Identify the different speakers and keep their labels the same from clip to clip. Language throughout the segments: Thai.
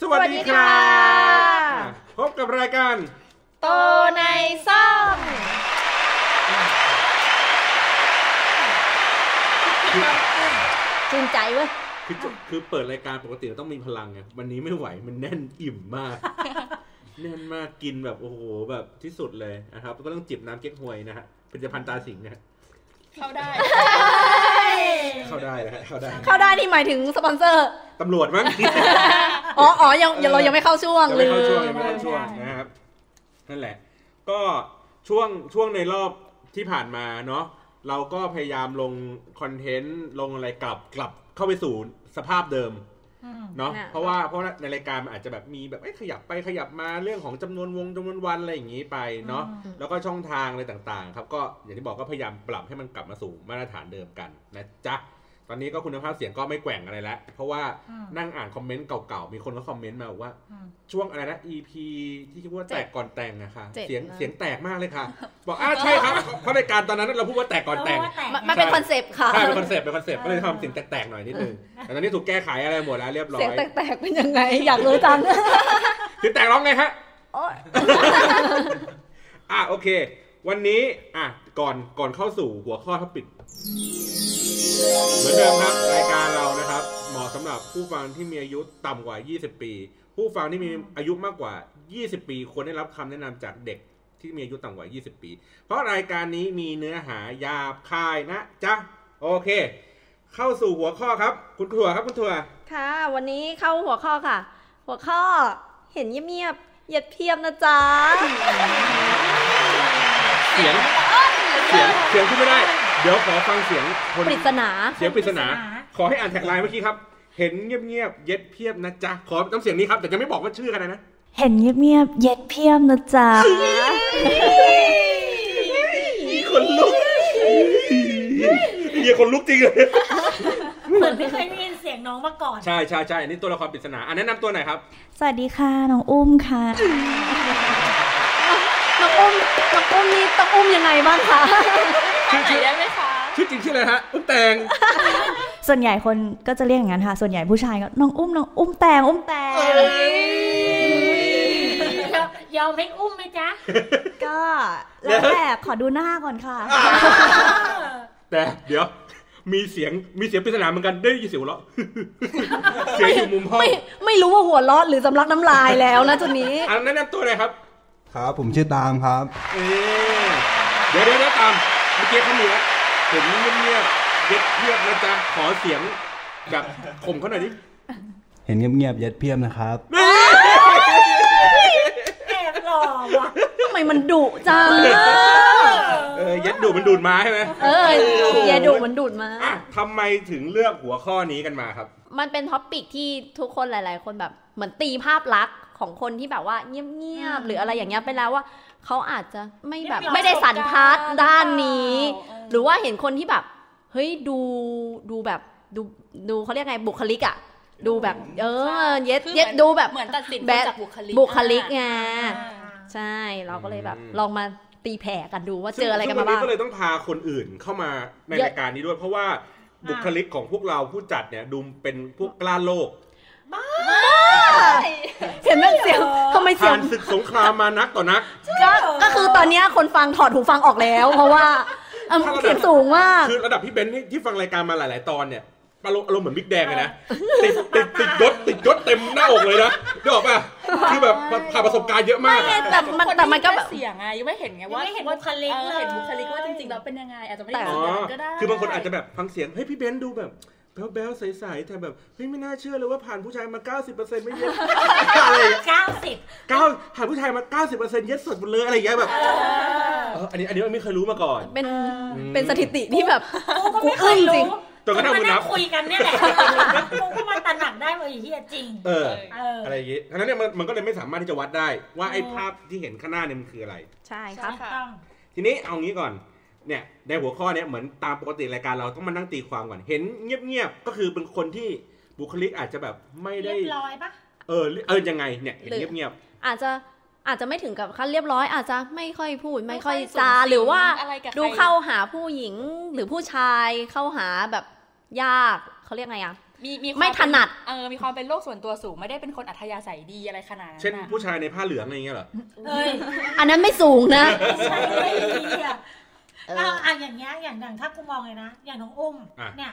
Speaker 1: สวัสดีครับพบกับรายการ
Speaker 2: โตในซ่องจูนใจเว้ย
Speaker 1: คือจะคือเปิดรายการปกติเราต้องมีพลังไงวันนี้ไม่ไหวมันแน่นอิ่มมาก แน่นมากกินแบบโอ้โหแบบที่สุดเลยนะครับแล้วก็ต้องจิบน้ำเก๊กฮวยนะฮะผลิตภัณฑ์ตาสิงห์นะฮะ
Speaker 3: เข้าได้
Speaker 1: เข้าได้นะฮะเข้าได้
Speaker 2: เข้าได้นี่หมายถึงสปอนเซอร์
Speaker 1: ตำรวจมั้ง
Speaker 2: อ๋ออ๋อยังยั
Speaker 1: เออ
Speaker 2: งเรายังไม่เข้าช่วง
Speaker 1: ยัง
Speaker 2: เล
Speaker 1: ไม่
Speaker 2: ย
Speaker 1: เข้าช่วงยังไม่เข้าช่วง
Speaker 3: ใช่
Speaker 1: นะครับนั่นแหละ ก็ช่วงช่วงในรอบที่ผ่านมาเนาะเราก็พยายามลงคอนเทนต์ลงอะไรกลับกลับเข้าไปสู่สภาพเดิม เนาะเพราะว่าเพราะว่าในรายการมันอาจจะแบบมีแบบเอ้ยขยับไปขยับมาเรื่องของจำนวนวงจำนวนวันอะไรอย่างนี้ไปเนาะแล้วก็ช่องทางอะไรต่างๆ ครับก็อย่างที่บอกก็พยายามปรับให้มันกลับมาสู่มาตรฐานเดิมกันนะจ๊ะตอนนี้ก็คุณภาพเสียงก็ไม่แกว่งอะไรแล้วเพราะว่า
Speaker 3: อืม
Speaker 1: นั่งอ่านคอมเมนต์เก่าๆมีคนก็คอมเมนต์มาบอกว่า
Speaker 3: อืม
Speaker 1: ช่วงอะไรนะ EP ที่คิดว่าแตกก่อนแต่งนะคะ
Speaker 2: เจ็ด
Speaker 1: เสียง
Speaker 2: นะ
Speaker 1: เสียงแตกมากเลยค่ะ บอกอ่าใช่ ครับเพราะรายการตอนนั้นเราพูดว่าแตกก่อนแต่ง
Speaker 2: มันมันเป็นคอนเซปต์ค่ะ
Speaker 1: ใช่เป็นคอนเซปต์เป็นคอนเซปต์ก็เลยทำเสียงแตกๆหน่อยนิด นึงแต่ตอนนี้ถูกแก้ไขอะไรหมดแล้วเรียบร้อ
Speaker 2: เสียง
Speaker 1: ย
Speaker 2: แตกๆเป็นยังไง อยากรู้จัง
Speaker 1: คือแตกร้องไงฮะ
Speaker 2: โอ๊ย
Speaker 1: อ่ะโอเค วันนี้อ่ะก่อนก่อนเข้าสู่หัวข้อท็อปิกเหมือนเดิมครับรายการเรานะครับ เหมาะสำหรับผู้ฟังที่มีอายุต่ำกว่า 20 ปี ผู้ฟังที่มีอายุมากกว่า 20 ปีควรได้รับคำแนะนำจากเด็กที่มีอายุต่ำกว่า 20 ปี เพราะรายการนี้มีเนื้อหาหยาบคายนะจ๊ะโอเค เข้าสู่หัวข้อครับ คุณถั่วครับคุณถั่ว
Speaker 2: ค่ะ วันนี้เข้าหัวข้อค่ะ หัวข้อเห็นเงียบๆเหยียดเพียมนะจ๊ะ
Speaker 1: เสียงเสียงเสียงที่ไม่ได้ เดี๋ยวขอฟังเสียงคน
Speaker 2: ปริศนา
Speaker 1: เสียงปริศนา
Speaker 3: ปริศนา
Speaker 1: ขอให้อ่านแท็กไลน์เมื่อกี้ครับ เห็นเงียบๆ เย็ดเพียบนะจ๊ะ ขอน้ำเสียงนี้ครับ แต่จะไม่บอกว่าชื่อกันนะ
Speaker 4: เห็นเงียบๆ เย็ดเพียมนะจ๊ะ
Speaker 1: คนลุกเฮียคนลุกจริงเลย
Speaker 3: เหมือนไม่เคยได้ยินเสียงน้องมาก่อน
Speaker 1: ใช่ใช่ใช่อันนี้ตัวละครปริศนา อันแนะนำตัวหน่อยครับ
Speaker 4: สวัสดีค่ะ น้องอุ้มค่ะ
Speaker 2: น้องอุ้มน้องอุ้มนี่ต้องอุ้มยังไงบ้างคะ
Speaker 1: ชื่อชื่อได้ไหมคะชื่อจริงชื่ออะไรฮะอุ้มแตง
Speaker 4: ส่วนใหญ่คนก็จะเรียกอย่างนั้นค่ะ ส่วนใหญ่ผู้ชายก็น้องอุ้มน้องอุ้มแตงอุ้มแตง
Speaker 3: ยอมให้อุ้มไหมจ๊ะ
Speaker 4: ก็แล้วแต่ขอดูหน้าก่อนค่ะ
Speaker 1: แต่เดี๋ยว มีเสียงมีเสียงปริศนาเหมือนกันได้ยินเสียงหัวเราะ เสียงอยู่มุมห้อง
Speaker 2: ไม่ไม่รู้ว่าหัวเร้อนหรือสำลักน้ำลายแล้วนะจุดนี้
Speaker 1: อันแนะนำตัวหน่อยครับ
Speaker 5: ครับ ผมชื่อตามครับ
Speaker 1: เอ๊ะเดี๋ยวเดี๋ยวเดี๋ยวตามเมื่อกี้เขามีแล้วเห็นเงียบๆเย็ดเพียบนะจ๊ะขอเสียงแบบข่มเขาหน่อยดิ
Speaker 5: เห็นเงียบๆเย็ดเพียมนะครับ
Speaker 3: แอบหล่อว่ะ
Speaker 2: ทำไมมันดุจัง
Speaker 1: เออเย็ดดูดมันดูดมาใช่ไหม
Speaker 2: เอออย่าดุมันดุดมา
Speaker 1: อ่ะทำไมถึงเลือกหัวข้อนี้กันมาครับ
Speaker 2: มันเป็นท็อปปิกที่ทุกคนหลาย ๆ คนแบบเหมือนตีภาพลักษณ์ของคนที่แบบว่าเงียบ ๆ หรืออะไรอย่างเงี้ยไปแล้วว่า เขาอาจจะไม่แบบไม่ได้สันทัดด้านนี้ หรือว่าเห็นคนที่แบบ เฮ้ยดูดูแบบดูดูเขาเรียกไงบุคลิกอะดูแบบ เออเย็ดเย็ดดูแบบ
Speaker 6: เหมือนตัดสิน
Speaker 2: แบบ
Speaker 6: จากบุคลิก
Speaker 2: บุคลิกไง
Speaker 6: อ่า
Speaker 2: ใช่ เราก็เลยแบบ
Speaker 1: อืม
Speaker 2: ลองมาตีแผ่กันดูว่าเจออะไรกันมาบ้าง
Speaker 1: ซึ่วัก็เลยต้องพาคนอื่นเข้ามาใน
Speaker 2: เยอะ
Speaker 1: รายการนี้ด้วยเพราะว่าบุคลิกของพวกเราผู้จัดเนี่ยดูเป็นพวกกล้าโลก
Speaker 2: เห็นไหมเสียงทำไมเสีย
Speaker 1: ผ่าง นศึกสงครามมานักต่อนัก
Speaker 2: ก็ก็คือตอนเนี้ยคนฟังถอดหูฟังออกแล้ว เพราะว่าเอิ่ม
Speaker 1: ถ้าเรา
Speaker 2: เสียงสูงมาก
Speaker 1: คือระดับพี่เบนซ์นี่ที่ฟังรายการมาหลาย ๆ ตอนเนี่ยอารมณ์อารมณ์เหมือนบิ๊กแดงเลยนะติดติดติดยศติดยศเต็มหน้าอกเลยนะได้บอกป่ะคือแบบผ่านประสบการณ์เยอะมากอะ
Speaker 2: แต่มันแต่มันก็แบบ
Speaker 6: เสียงไงยังไม่เห็นไงว่า
Speaker 3: ยังไม่เห็นบุคลิก
Speaker 6: ออ
Speaker 3: เลย
Speaker 6: เห็นบุคลิกว่าจริงๆแล้วเป็นยังไง อาจจะไม่ได้
Speaker 2: แต่
Speaker 1: อ๋อ
Speaker 6: เหมือนกันก็ได้
Speaker 1: คือบางคนอาจจะแบบฟังเสียงเฮ้ยพี่เบนซ์ดูแบบแบ๊วๆใสๆแต่แบบเฮ้ยไม่น่าเชื่อเลยว่าผ่านผู้ชายมา 90%ไม่เย็ด อะไร
Speaker 3: เก้าสิบ
Speaker 1: เก้าผ่านผู้ชายมา 90%เย็ดสดหมดเลยอะไรอย่างเงี้ยแบบเอออันนี้อันนี้ไม่เคยรู้มาก่อน
Speaker 2: เป็น
Speaker 1: อืม
Speaker 2: เป็นสถิติที่แบบ
Speaker 3: กูก็ไม่เคย
Speaker 2: กูอึ้งจริ
Speaker 1: จน
Speaker 2: ง
Speaker 3: รู้
Speaker 1: กระทั่ง
Speaker 3: มา
Speaker 1: คุณ
Speaker 3: นั่
Speaker 1: นั
Speaker 3: ง
Speaker 1: บ
Speaker 3: คุยกันเนี่ยแหละกูก็มาตระหนักได้ว่าไอ้เฮียจริง
Speaker 1: เออ
Speaker 3: เออ
Speaker 1: อะไรอย่างงี้ทั้งนั้นเนี่ยมันมันก็เลยไม่สามารถที่จะวัดได้ ว่าไอ้ภาพที่เห็นข้างหน้าเนี่ยมันคืออะไร
Speaker 2: ใช่ค
Speaker 3: ถู
Speaker 2: รับ
Speaker 3: กต้อง
Speaker 1: ทีนี้เอางี้ก่อน เนี่ยในหัวข้อเนี่ยเหมือนตามปกติรายการเราต้องมานั่งตีความก่อน เห็นเงียบๆ ก็คือเป็นคนที่บุคลิกอาจจะแบบไม่ได้
Speaker 3: เรียบร้อยปะ
Speaker 1: เออเออยังไงเนี่ยเห็น
Speaker 2: หรือ
Speaker 1: เงียบ
Speaker 2: อาจจะอาจจะไม่ถึงกับขั้นเรียบร้อย อาจจะไม่ค่อยพูดไม่ค่อยจาหรือว่า
Speaker 6: ะไกับใคร
Speaker 2: ดูเข้าหาผู้หญิงหรือผู้ชายเข้าหาแบบยากเขาเรียกไงอะ
Speaker 6: มีมีควา
Speaker 2: ไม่ถนัด
Speaker 6: เออมีความเป็นโลกส่วนตัวสูงไม่ได้เป็นคนอัธยาศัยดีอะไรขนาดนั้
Speaker 1: ๆ
Speaker 6: น
Speaker 1: เช่น
Speaker 6: น่ะ
Speaker 1: ผู้ชายในผ้าเหลืองอะไรอย่างเงี้ยเหรอ
Speaker 3: เอ้ย
Speaker 2: อันนั้นไม่สูงนะ
Speaker 3: ไม่ใช่ไม่ดีอ่ะ
Speaker 2: เอ
Speaker 3: เอา
Speaker 2: อ
Speaker 3: อ่ะอย่างเงี้ยอย่างอย่างถ้ากูมองเลยนะ อย่างน้องอุ้ม
Speaker 1: อ่ะ
Speaker 3: เนี่ย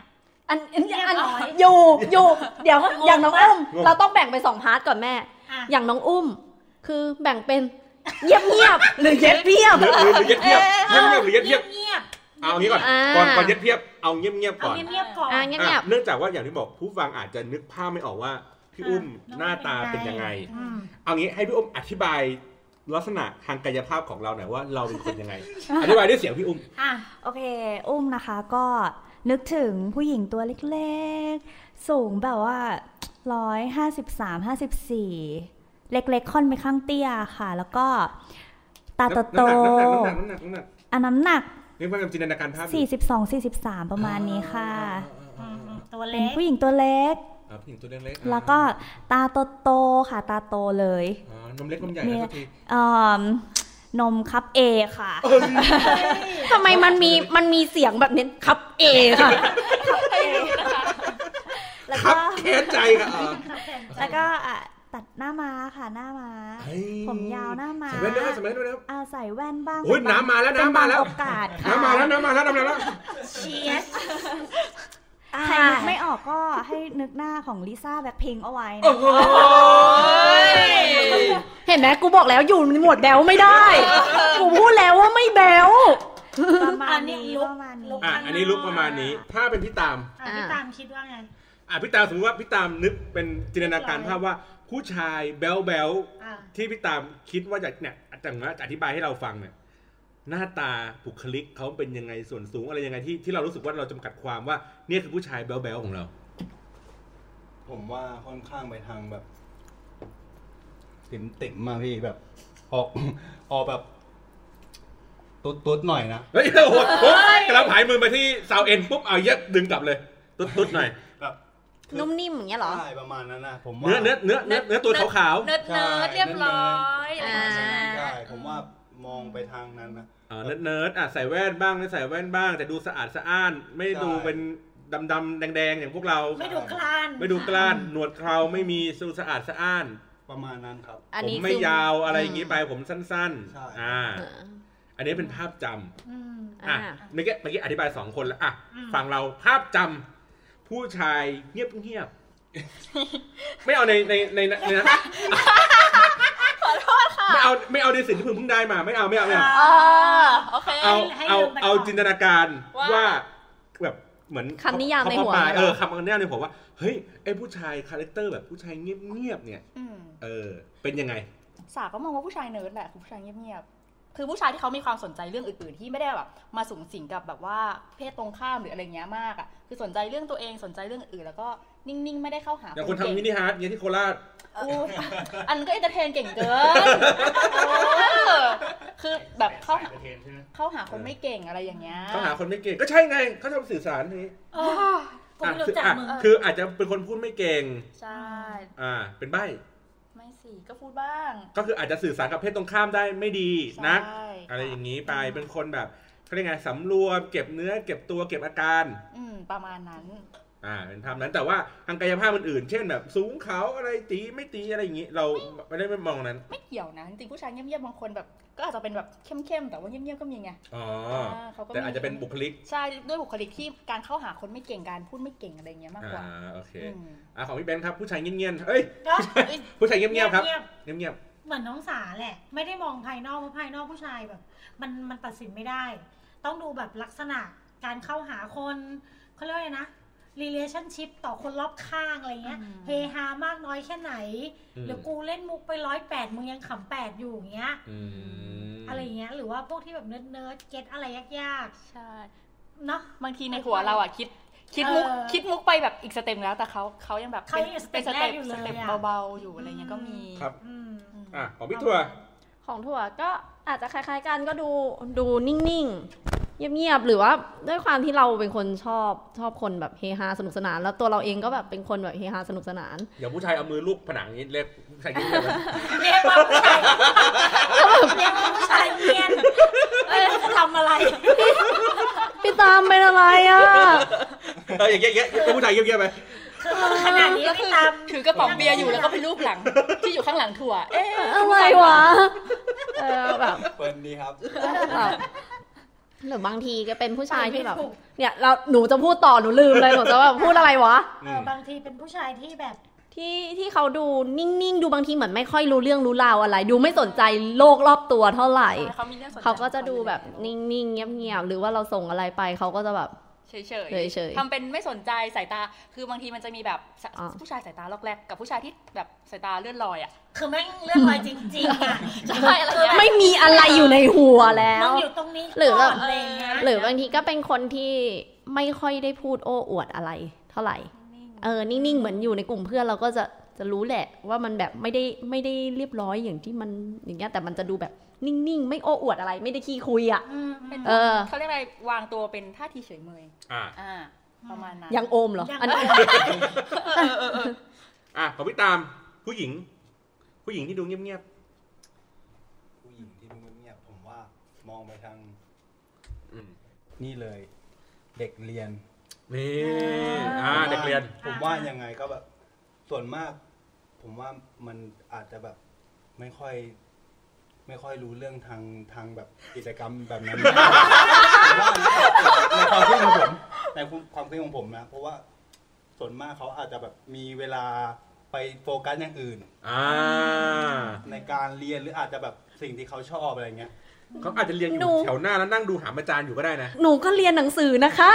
Speaker 2: อันอัน
Speaker 3: เรียบ
Speaker 2: อัน
Speaker 3: ร้อย
Speaker 2: อยู่อยู่เดี๋ยว
Speaker 3: งง
Speaker 2: อย่างน้องอุ้ม
Speaker 1: งง
Speaker 2: เราต้องแบ่งไปนสองพาร์ทก่อนแม่
Speaker 3: อ่ะ
Speaker 2: อย่างน้องอุ้ม คือแบ่งเป็นเงียบเงียบๆหรือเย็ดเพียบ
Speaker 1: หรือหรือหรือเย็ดเงียบเงียบเงียบหรือเย็ด
Speaker 3: เงี
Speaker 1: เงีย
Speaker 3: ยบบ เงียบ
Speaker 1: เอางี้ก่อน
Speaker 2: อ่า
Speaker 1: ก่อนก่อนเย็ดเพียบเอาเงียบเงียบ
Speaker 3: เอา
Speaker 1: ก่อน
Speaker 3: เงียบๆก่อน
Speaker 2: อ่ะเงียบเงียบ
Speaker 1: อ่ะเนื่องจากว่าอย่างที่บอกผู้ฟังอาจจะนึกภาพไม่ออกว่าพี่อุ้ม
Speaker 3: อ่ะ
Speaker 1: หน้าตาเป็นยังไง
Speaker 3: อืม
Speaker 1: เอางี้ให้พี่อุ้มอธิบายลักษณะทางกายภาพของเราหน่อยว่าเราเป็นคนยังไง อธิบายด้วยเสียงพี่อุ้ม
Speaker 3: อ่ะ
Speaker 4: โอเค อุ้มนะคะก็นึกถึงผู้หญิงตัวเล็กๆ สูงแบบว่าร้อยห้าสิบสามห้าสิบสี่เล็กๆ ค่อนไปข้างเตี้ยค่ะ แล้วก็ตาโต
Speaker 1: น้ำหนักน้ำหนักน้ำหนักน้ำหนักน้ำหนัก
Speaker 4: ๆอันน้ำหนัก
Speaker 1: นี่พยายามจินตนาการภาพอยู่
Speaker 4: 42 43 ประมาณนี้ค่ะ
Speaker 3: อืมอืมตัว
Speaker 4: เป็
Speaker 3: เล็
Speaker 4: น
Speaker 3: ก
Speaker 4: ผู้หญิงตัวเล็ก
Speaker 1: อ่าผู้หญิงตัวเล็กๆ
Speaker 4: แล้วก็ตาโตๆค่ะ ตาโตเลย
Speaker 1: อ่านมเล็กนมใหญ่นะสักที
Speaker 4: เอิ่มนมคัพเอค่ะ
Speaker 2: ทำไมมันมีมันมีเสียงแบบนี้ครับเอค่ะ
Speaker 4: แล้ว
Speaker 1: ครั
Speaker 4: ก็
Speaker 1: บแค้นใจค่ะอ่า
Speaker 4: แล้วก็อ่ะตัดหน้าม้าค่ะหน้าม้า
Speaker 1: เฮ้ย
Speaker 4: ผมยาวหน้าม้า
Speaker 1: ใส่แว่นด้วยใส่แว่นด้วยนะครับ
Speaker 4: อ่าใส่แว่นบ้าง
Speaker 1: โอ้ย
Speaker 4: เป็บง
Speaker 1: น้ำมาแล้วน้ำ
Speaker 4: เป็นบง
Speaker 1: มาแล้ว
Speaker 4: โอกาสค่ะ
Speaker 1: น้ำมาแล้วน้ำมาแล้วน้ำมาแล้ว
Speaker 3: เชียส
Speaker 4: อ่าใครนึกไม่ออกก็ให้นึกหน้าของลิซ่าแบ็คพิงเอาไว้นะ
Speaker 1: โอ้โห
Speaker 2: เห็นไหมกูบอกแล้วอยู่ในหมวดแบวไม่ได้ กูพูดแล้วว่าไม่แบว
Speaker 4: ประมาณนี้ประมาณนี้
Speaker 1: อ่ะอันนี้ลุกประมาณนี้ ถ้าเป็นพี่ตาม
Speaker 3: อ่ะพี่ตามคิดว่าไง
Speaker 1: อ่ะพี่ตามสมมติว่าพี่ตามนึกเป็นจินตนาการภาพว่าผู้ชายแบลแบล
Speaker 3: อ่ะ
Speaker 1: ที่พี่ตามคิดว่าจะเนี่ยแต่งว่าจะอธิบายให้เราฟังเนี่ยหน้าตาบุคลิกเขาเป็นยังไงส่วนสูงอะไรยังไงที่ที่เรารู้สึกว่าเราจำกัดความว่าเนี่ยคือผู้ชายแบลแบลของเรา
Speaker 5: ผมว่าค่อนข้างไปทางแบบติ่มติ่มมาพี่แบบ ออก ออกแบบ ตุ๊ดตุ๊ดหน่อยนะ
Speaker 1: เฮ้ยโหดโหดกำลังผายมือมาที่ซาวเอ็นปุ๊บเอาเย็ดดึงกลับเลย ตุ๊ดตุ๊ดหน่อย
Speaker 5: แบบ
Speaker 2: นุ่มนิ่มอย่างเงี้ยเหรอ
Speaker 5: ใช่ประมาณนั้นนะผมว่า
Speaker 1: เนื้อเนื้อเนื้อเนื้อเนื้อตัวขาว
Speaker 6: เนิร์ดเนิร์ดเรียบร้อยอะไรอย่าง
Speaker 2: อ่า
Speaker 6: เงี้ยใช่ไหม
Speaker 5: ใช่ผมว่ามองไปทางนั้นนะ
Speaker 1: ๆอ่าเนื้อเนื้ออ่ะใส่แว่นบ้างไม่ใส่แว่นบ้าง แต่ดูสะอาดสะอ้าน ไม่ดู
Speaker 5: ใช่
Speaker 1: เป็นดำดำแดงแดงๆ อย่างพวกเรา
Speaker 3: ไม่ดูคลาน
Speaker 1: ไม่ดูกล้านหนวดเคราไม่มีสูสะอาดสะอ้าน
Speaker 5: ประมาณนั้นครับ
Speaker 2: อัน
Speaker 1: ผม
Speaker 2: นี้
Speaker 1: ไม่
Speaker 2: คือย
Speaker 1: าวอะไรอย่างนี้ไปผมสั้น
Speaker 5: ใช่
Speaker 1: ๆอ่า
Speaker 2: อ่า
Speaker 1: อันนี้เป็นภาพจำ
Speaker 3: อืม
Speaker 1: อ่ะ
Speaker 2: อ่า
Speaker 1: เมื่อกี้เมื่อกี้อธิบายสองคนแล้วอ่ะ
Speaker 3: อืม
Speaker 1: ฝั่งเราภาพจำผู้ชายเงียบเงียบๆ ไม่เอาในในในในนะไม่เอาไม่เอาในสิ่งที่เพิ่งเพิ่งได้มาไม่เอาไม่เอาไม่เอา
Speaker 3: อ่ะ
Speaker 6: อ่าโอเค
Speaker 1: เอา
Speaker 3: ให้
Speaker 1: เอา
Speaker 3: ลืมไปก่อน
Speaker 1: เอาจินตนาการ
Speaker 6: ว่า
Speaker 1: ว่าแบบเหมือน
Speaker 2: คำนิยามในหัว
Speaker 1: เขเออ
Speaker 2: เหรอ
Speaker 1: คำนิยามในหัวว่าเฮ้ยไอ้ผู้ชายคาแรคเตอร์แบบผู้ชายเงียบเงียบๆเนี่ย
Speaker 6: ืม
Speaker 1: เออ เป็นยังไง
Speaker 6: สาก็มองว่าผู้ชายเนิร์ดแหละคือผู้ชายเงียบๆคือผู้ชายที่เขามีความสนใจเรื่องอื่นๆ ที่ไม่ได้แบบมาสูงสิงกับแบบว่าเพศตรงข้ามหรืออะไรเงี้ยมากอ่ะคือสนใจเรื่องตัวเองสนใจเรื่องอื่นแล้วก็นิ่งๆ ไม่ได้เข้าหา
Speaker 1: อย่างคน
Speaker 6: เก่
Speaker 1: ทำมินิฮาร์ดเนี่ยที่โคราช
Speaker 6: อู้อันนั้นก็เอนเตอร์เทนเก่งเกินเออคือแบบเข้าหาเข้าหาคนไม่เก่งอะไรอย่างเงี้ย
Speaker 1: เขาหาคนไม่เก่ง ก็ใช่ไง เขาทำสื่อสารนี้
Speaker 3: เออกูไม่รู้จัก
Speaker 1: อ่ะ
Speaker 3: มึง
Speaker 1: คืออ่ะคืออาจจะเป็นคนพูดไม่เก่ง
Speaker 6: ใช่
Speaker 1: อ่า เป็นใบ้
Speaker 6: ไม่สิ ก็พูดบ้าง
Speaker 1: ก็คืออาจจะสื่อสารกับเพศตรงข้ามได้ไม่ดี
Speaker 6: ใช่
Speaker 1: นัก
Speaker 6: ค่ะ
Speaker 1: อะไรอย่างนี้ไป เป็นคนแบบเขาเรียกไงสำรวม เก็บเนื้อ เก็บตัว เก็บอาการ
Speaker 6: อืม ประมาณนั้น
Speaker 1: อ่า เป็นทำนั้น แต่ว่าทางกายภาพอื่นๆ เช่นแบบ สูงเขาอะไรตีไม่ตีอะไรอย่างนี้ เราไม่ได้ไม่มองนั้น
Speaker 6: ไม่เกี่ยวนะ จริงๆผู้ชายเงียบๆบางคนแบบ ก็อาจจะเป็นแบบเข้มๆ แต่ว่าเงียบๆก็มีไง
Speaker 1: อ๋อ
Speaker 6: าเขาก็มี
Speaker 1: แต่อาจจะเป็นบุคลิก
Speaker 6: ใช่ ด้วยบุคลิกที่การเข้าหาคนไม่เก่งการพูดไม่เก่งอะไรเงี้ยมาก
Speaker 1: อ่า
Speaker 6: กว่า
Speaker 1: โอเค
Speaker 6: อืม
Speaker 1: อ่าของพี่เบนซ์ครับ ผู้ชายเงียบๆเอ้ย
Speaker 3: ก็
Speaker 1: ผู้ชายเงียบๆครับ
Speaker 3: เงียบ
Speaker 1: เงียบ
Speaker 3: ๆเหมือนน้องสาแหละ ไม่ได้มองภายนอกเพราะภายนอกผู้ชายแบบ มันมันตัดสินไม่ได้ ต้องดูแบบลักษณะการเข้าหาคนเขาเรียกว่าไงนะ relationship ต่อคนรอบข้างอะไรเงี้ย เฮฮามากน้อยแค่ไหน
Speaker 1: ๆอืม
Speaker 3: หรือกูเล่นมุกไปร้อยแปดมึงยังขำแปดอยู่อย่างเงี้ย
Speaker 1: อืม
Speaker 3: อะไรเงี้ย หรือว่าพวกที่แบบเนิร์ดเนิร์ดๆเก็ตอะไรยาก
Speaker 6: ใช่
Speaker 3: ๆ เนาะ
Speaker 6: บางทีในหัวเราอ่ะคิด คิดมุก
Speaker 3: เออ
Speaker 6: คิดมุกไปแบบอีกสเต็มแล้วแต่เขาเขายังแบบ
Speaker 3: เขายัง
Speaker 6: เป็น
Speaker 3: ส
Speaker 6: ส
Speaker 3: เต็ปแรก
Speaker 6: เต็ป
Speaker 3: อยู่เลย
Speaker 6: สเต็ป
Speaker 3: อะ
Speaker 6: เบาๆอยู่อะไรเงี้ยก็มี
Speaker 1: ครับ
Speaker 3: อืม
Speaker 6: อืม
Speaker 1: อ่ะของพี่ถั่ว
Speaker 2: ของถั่วก็อาจจะคล้ายๆกันก็ดูดูนิ่งๆ เงียบๆ หรือว่าด้วยความที่เราเป็นคนชอบชอบคนแบบเฮฮาสนุกสนาน แล้วตัวเราเองก็แบบเป็นคนแบบเฮฮาสนุกสนาน
Speaker 1: อย่าผู้ชายเอามือลูกผนังนี้ เล็กผู้ชายยิ้มเลยนะ
Speaker 3: เรียกว่าผู้ชายเรียกว่าผู้ชายเงียนไม่รู้จะทำอะไร
Speaker 2: พี่ตามเป็นอะไรอ่ะ
Speaker 1: เอออย่างเงี้ยอย่างเงี้ยเอาผู้ชายเงี้ยบๆไป
Speaker 3: คือขนาดนี้
Speaker 6: ก็
Speaker 3: ไม่
Speaker 6: คือ
Speaker 3: ตาม
Speaker 6: ถือกระป๋องเบียร์อยู่แล้วก็เป็นรูป หลัง ที่อยู่ข้างหลังถั่ว เอ๊ะ
Speaker 2: อะไรวะ เออแบบ
Speaker 5: เปิดดีครับ
Speaker 2: แบบหรือบางทีก็เป็นผู้ชายที่แบบ เนี่ยเราหนูจะพูดต่อหนูลืมเลยหนูจะแบบพูดอะไรวะ
Speaker 3: เออบางทีเป็นผู้ชายที่แบบ
Speaker 2: ที่ที่เขาดูนิ่งๆ ดูบางทีเหมือนไม่ค่อยรู้เรื่องรู้ราวอะไร ดูไม่สนใจโลกรอบตัวเท่าไหร่
Speaker 6: เขามีเรื่องสนใจ
Speaker 2: เขาก็จะดูแบบนิ่งๆ เงียบๆ หรือว่าเราส่งอะไรไปเขาก็จะแบบ
Speaker 6: เฉยๆ
Speaker 2: เฉยๆ
Speaker 6: ทำเป็นไม่สนใจสายตา คือบางทีมันจะมีแบบสะ
Speaker 2: อ่า
Speaker 6: ผู้ชายสายตาลอกแรกกับผู้ชายที่แบบสายตาเลื่อนลอยอ่ะ
Speaker 3: คือแม่งเรื่องลอยจริงๆอ่ะ
Speaker 6: ใช่อะไรเงี้ย
Speaker 2: ไม่มีอะไรอยู่ในหัวแล้
Speaker 3: มึ
Speaker 2: ว
Speaker 3: งอยู่ตรงนี้
Speaker 2: หรือแบ
Speaker 3: ก่อบ นอะไรอย่างเงี้ย
Speaker 2: หรือบางทีก็เป็นคนที่ไม่ค่อยได้พูดโอ้อวดอะไร เท่าไหร่ เออ นิ่งๆ เหมือนอยู่ในกลุ่มเพื่อนเราก็จะจะรู้แหละ ว่ามันแบบไม่ได้ไม่ได้เรียบร้อยอย่างที่มันอย่างเงี้ยแต่มันจะดูแบบนิ่งๆ ไม่โอ้อวดอะไร ไม่ได้ขี้คุยอ่ะ
Speaker 3: ม
Speaker 6: เป็น
Speaker 2: เออ
Speaker 6: เขาเรียกอะไรวางตัวเป็นท่าทีเฉยเมย
Speaker 1: อ่ะ
Speaker 6: อ่า ประมาณนั้น
Speaker 2: ยังโอมเหรออันนี้
Speaker 1: อ่ะของพี่ตามผู้หญิง ผู้หญิงที่ดูเงียบ
Speaker 5: ผู้หญิงที่ดูเงียบๆผมว่ามองไปทาง
Speaker 1: ๆอืม
Speaker 5: นี่เลย เด็กเรียน
Speaker 1: นี่อ่าเด็กเรียน
Speaker 5: ผมว่ายังไงก็แบบ ส่วนมาก ผมว่ามันอาจจะแบบไม่ค่อย ไม่ค่อยรู้เรื่องทางทางแบบกิจกรรมแบบ นั้น ผมว่าในความคิดของผมในความคิดของผมนะเพราะว่าส่วนมากเขาอาจจะแบบมีเวลาไปโฟกัสอย่างอื่น
Speaker 1: อ่า
Speaker 5: ในการเรียนหรืออาจจะแบบสิ่งที่เขาชอบอะไรเงี้ย
Speaker 1: เขาอาจจะเรียนอยู่แถวหน้าแล้วนั่งดูหามอาจารย์อยู่ก็ได้นะ
Speaker 2: หนูก็เรียนหนังสือนะคะ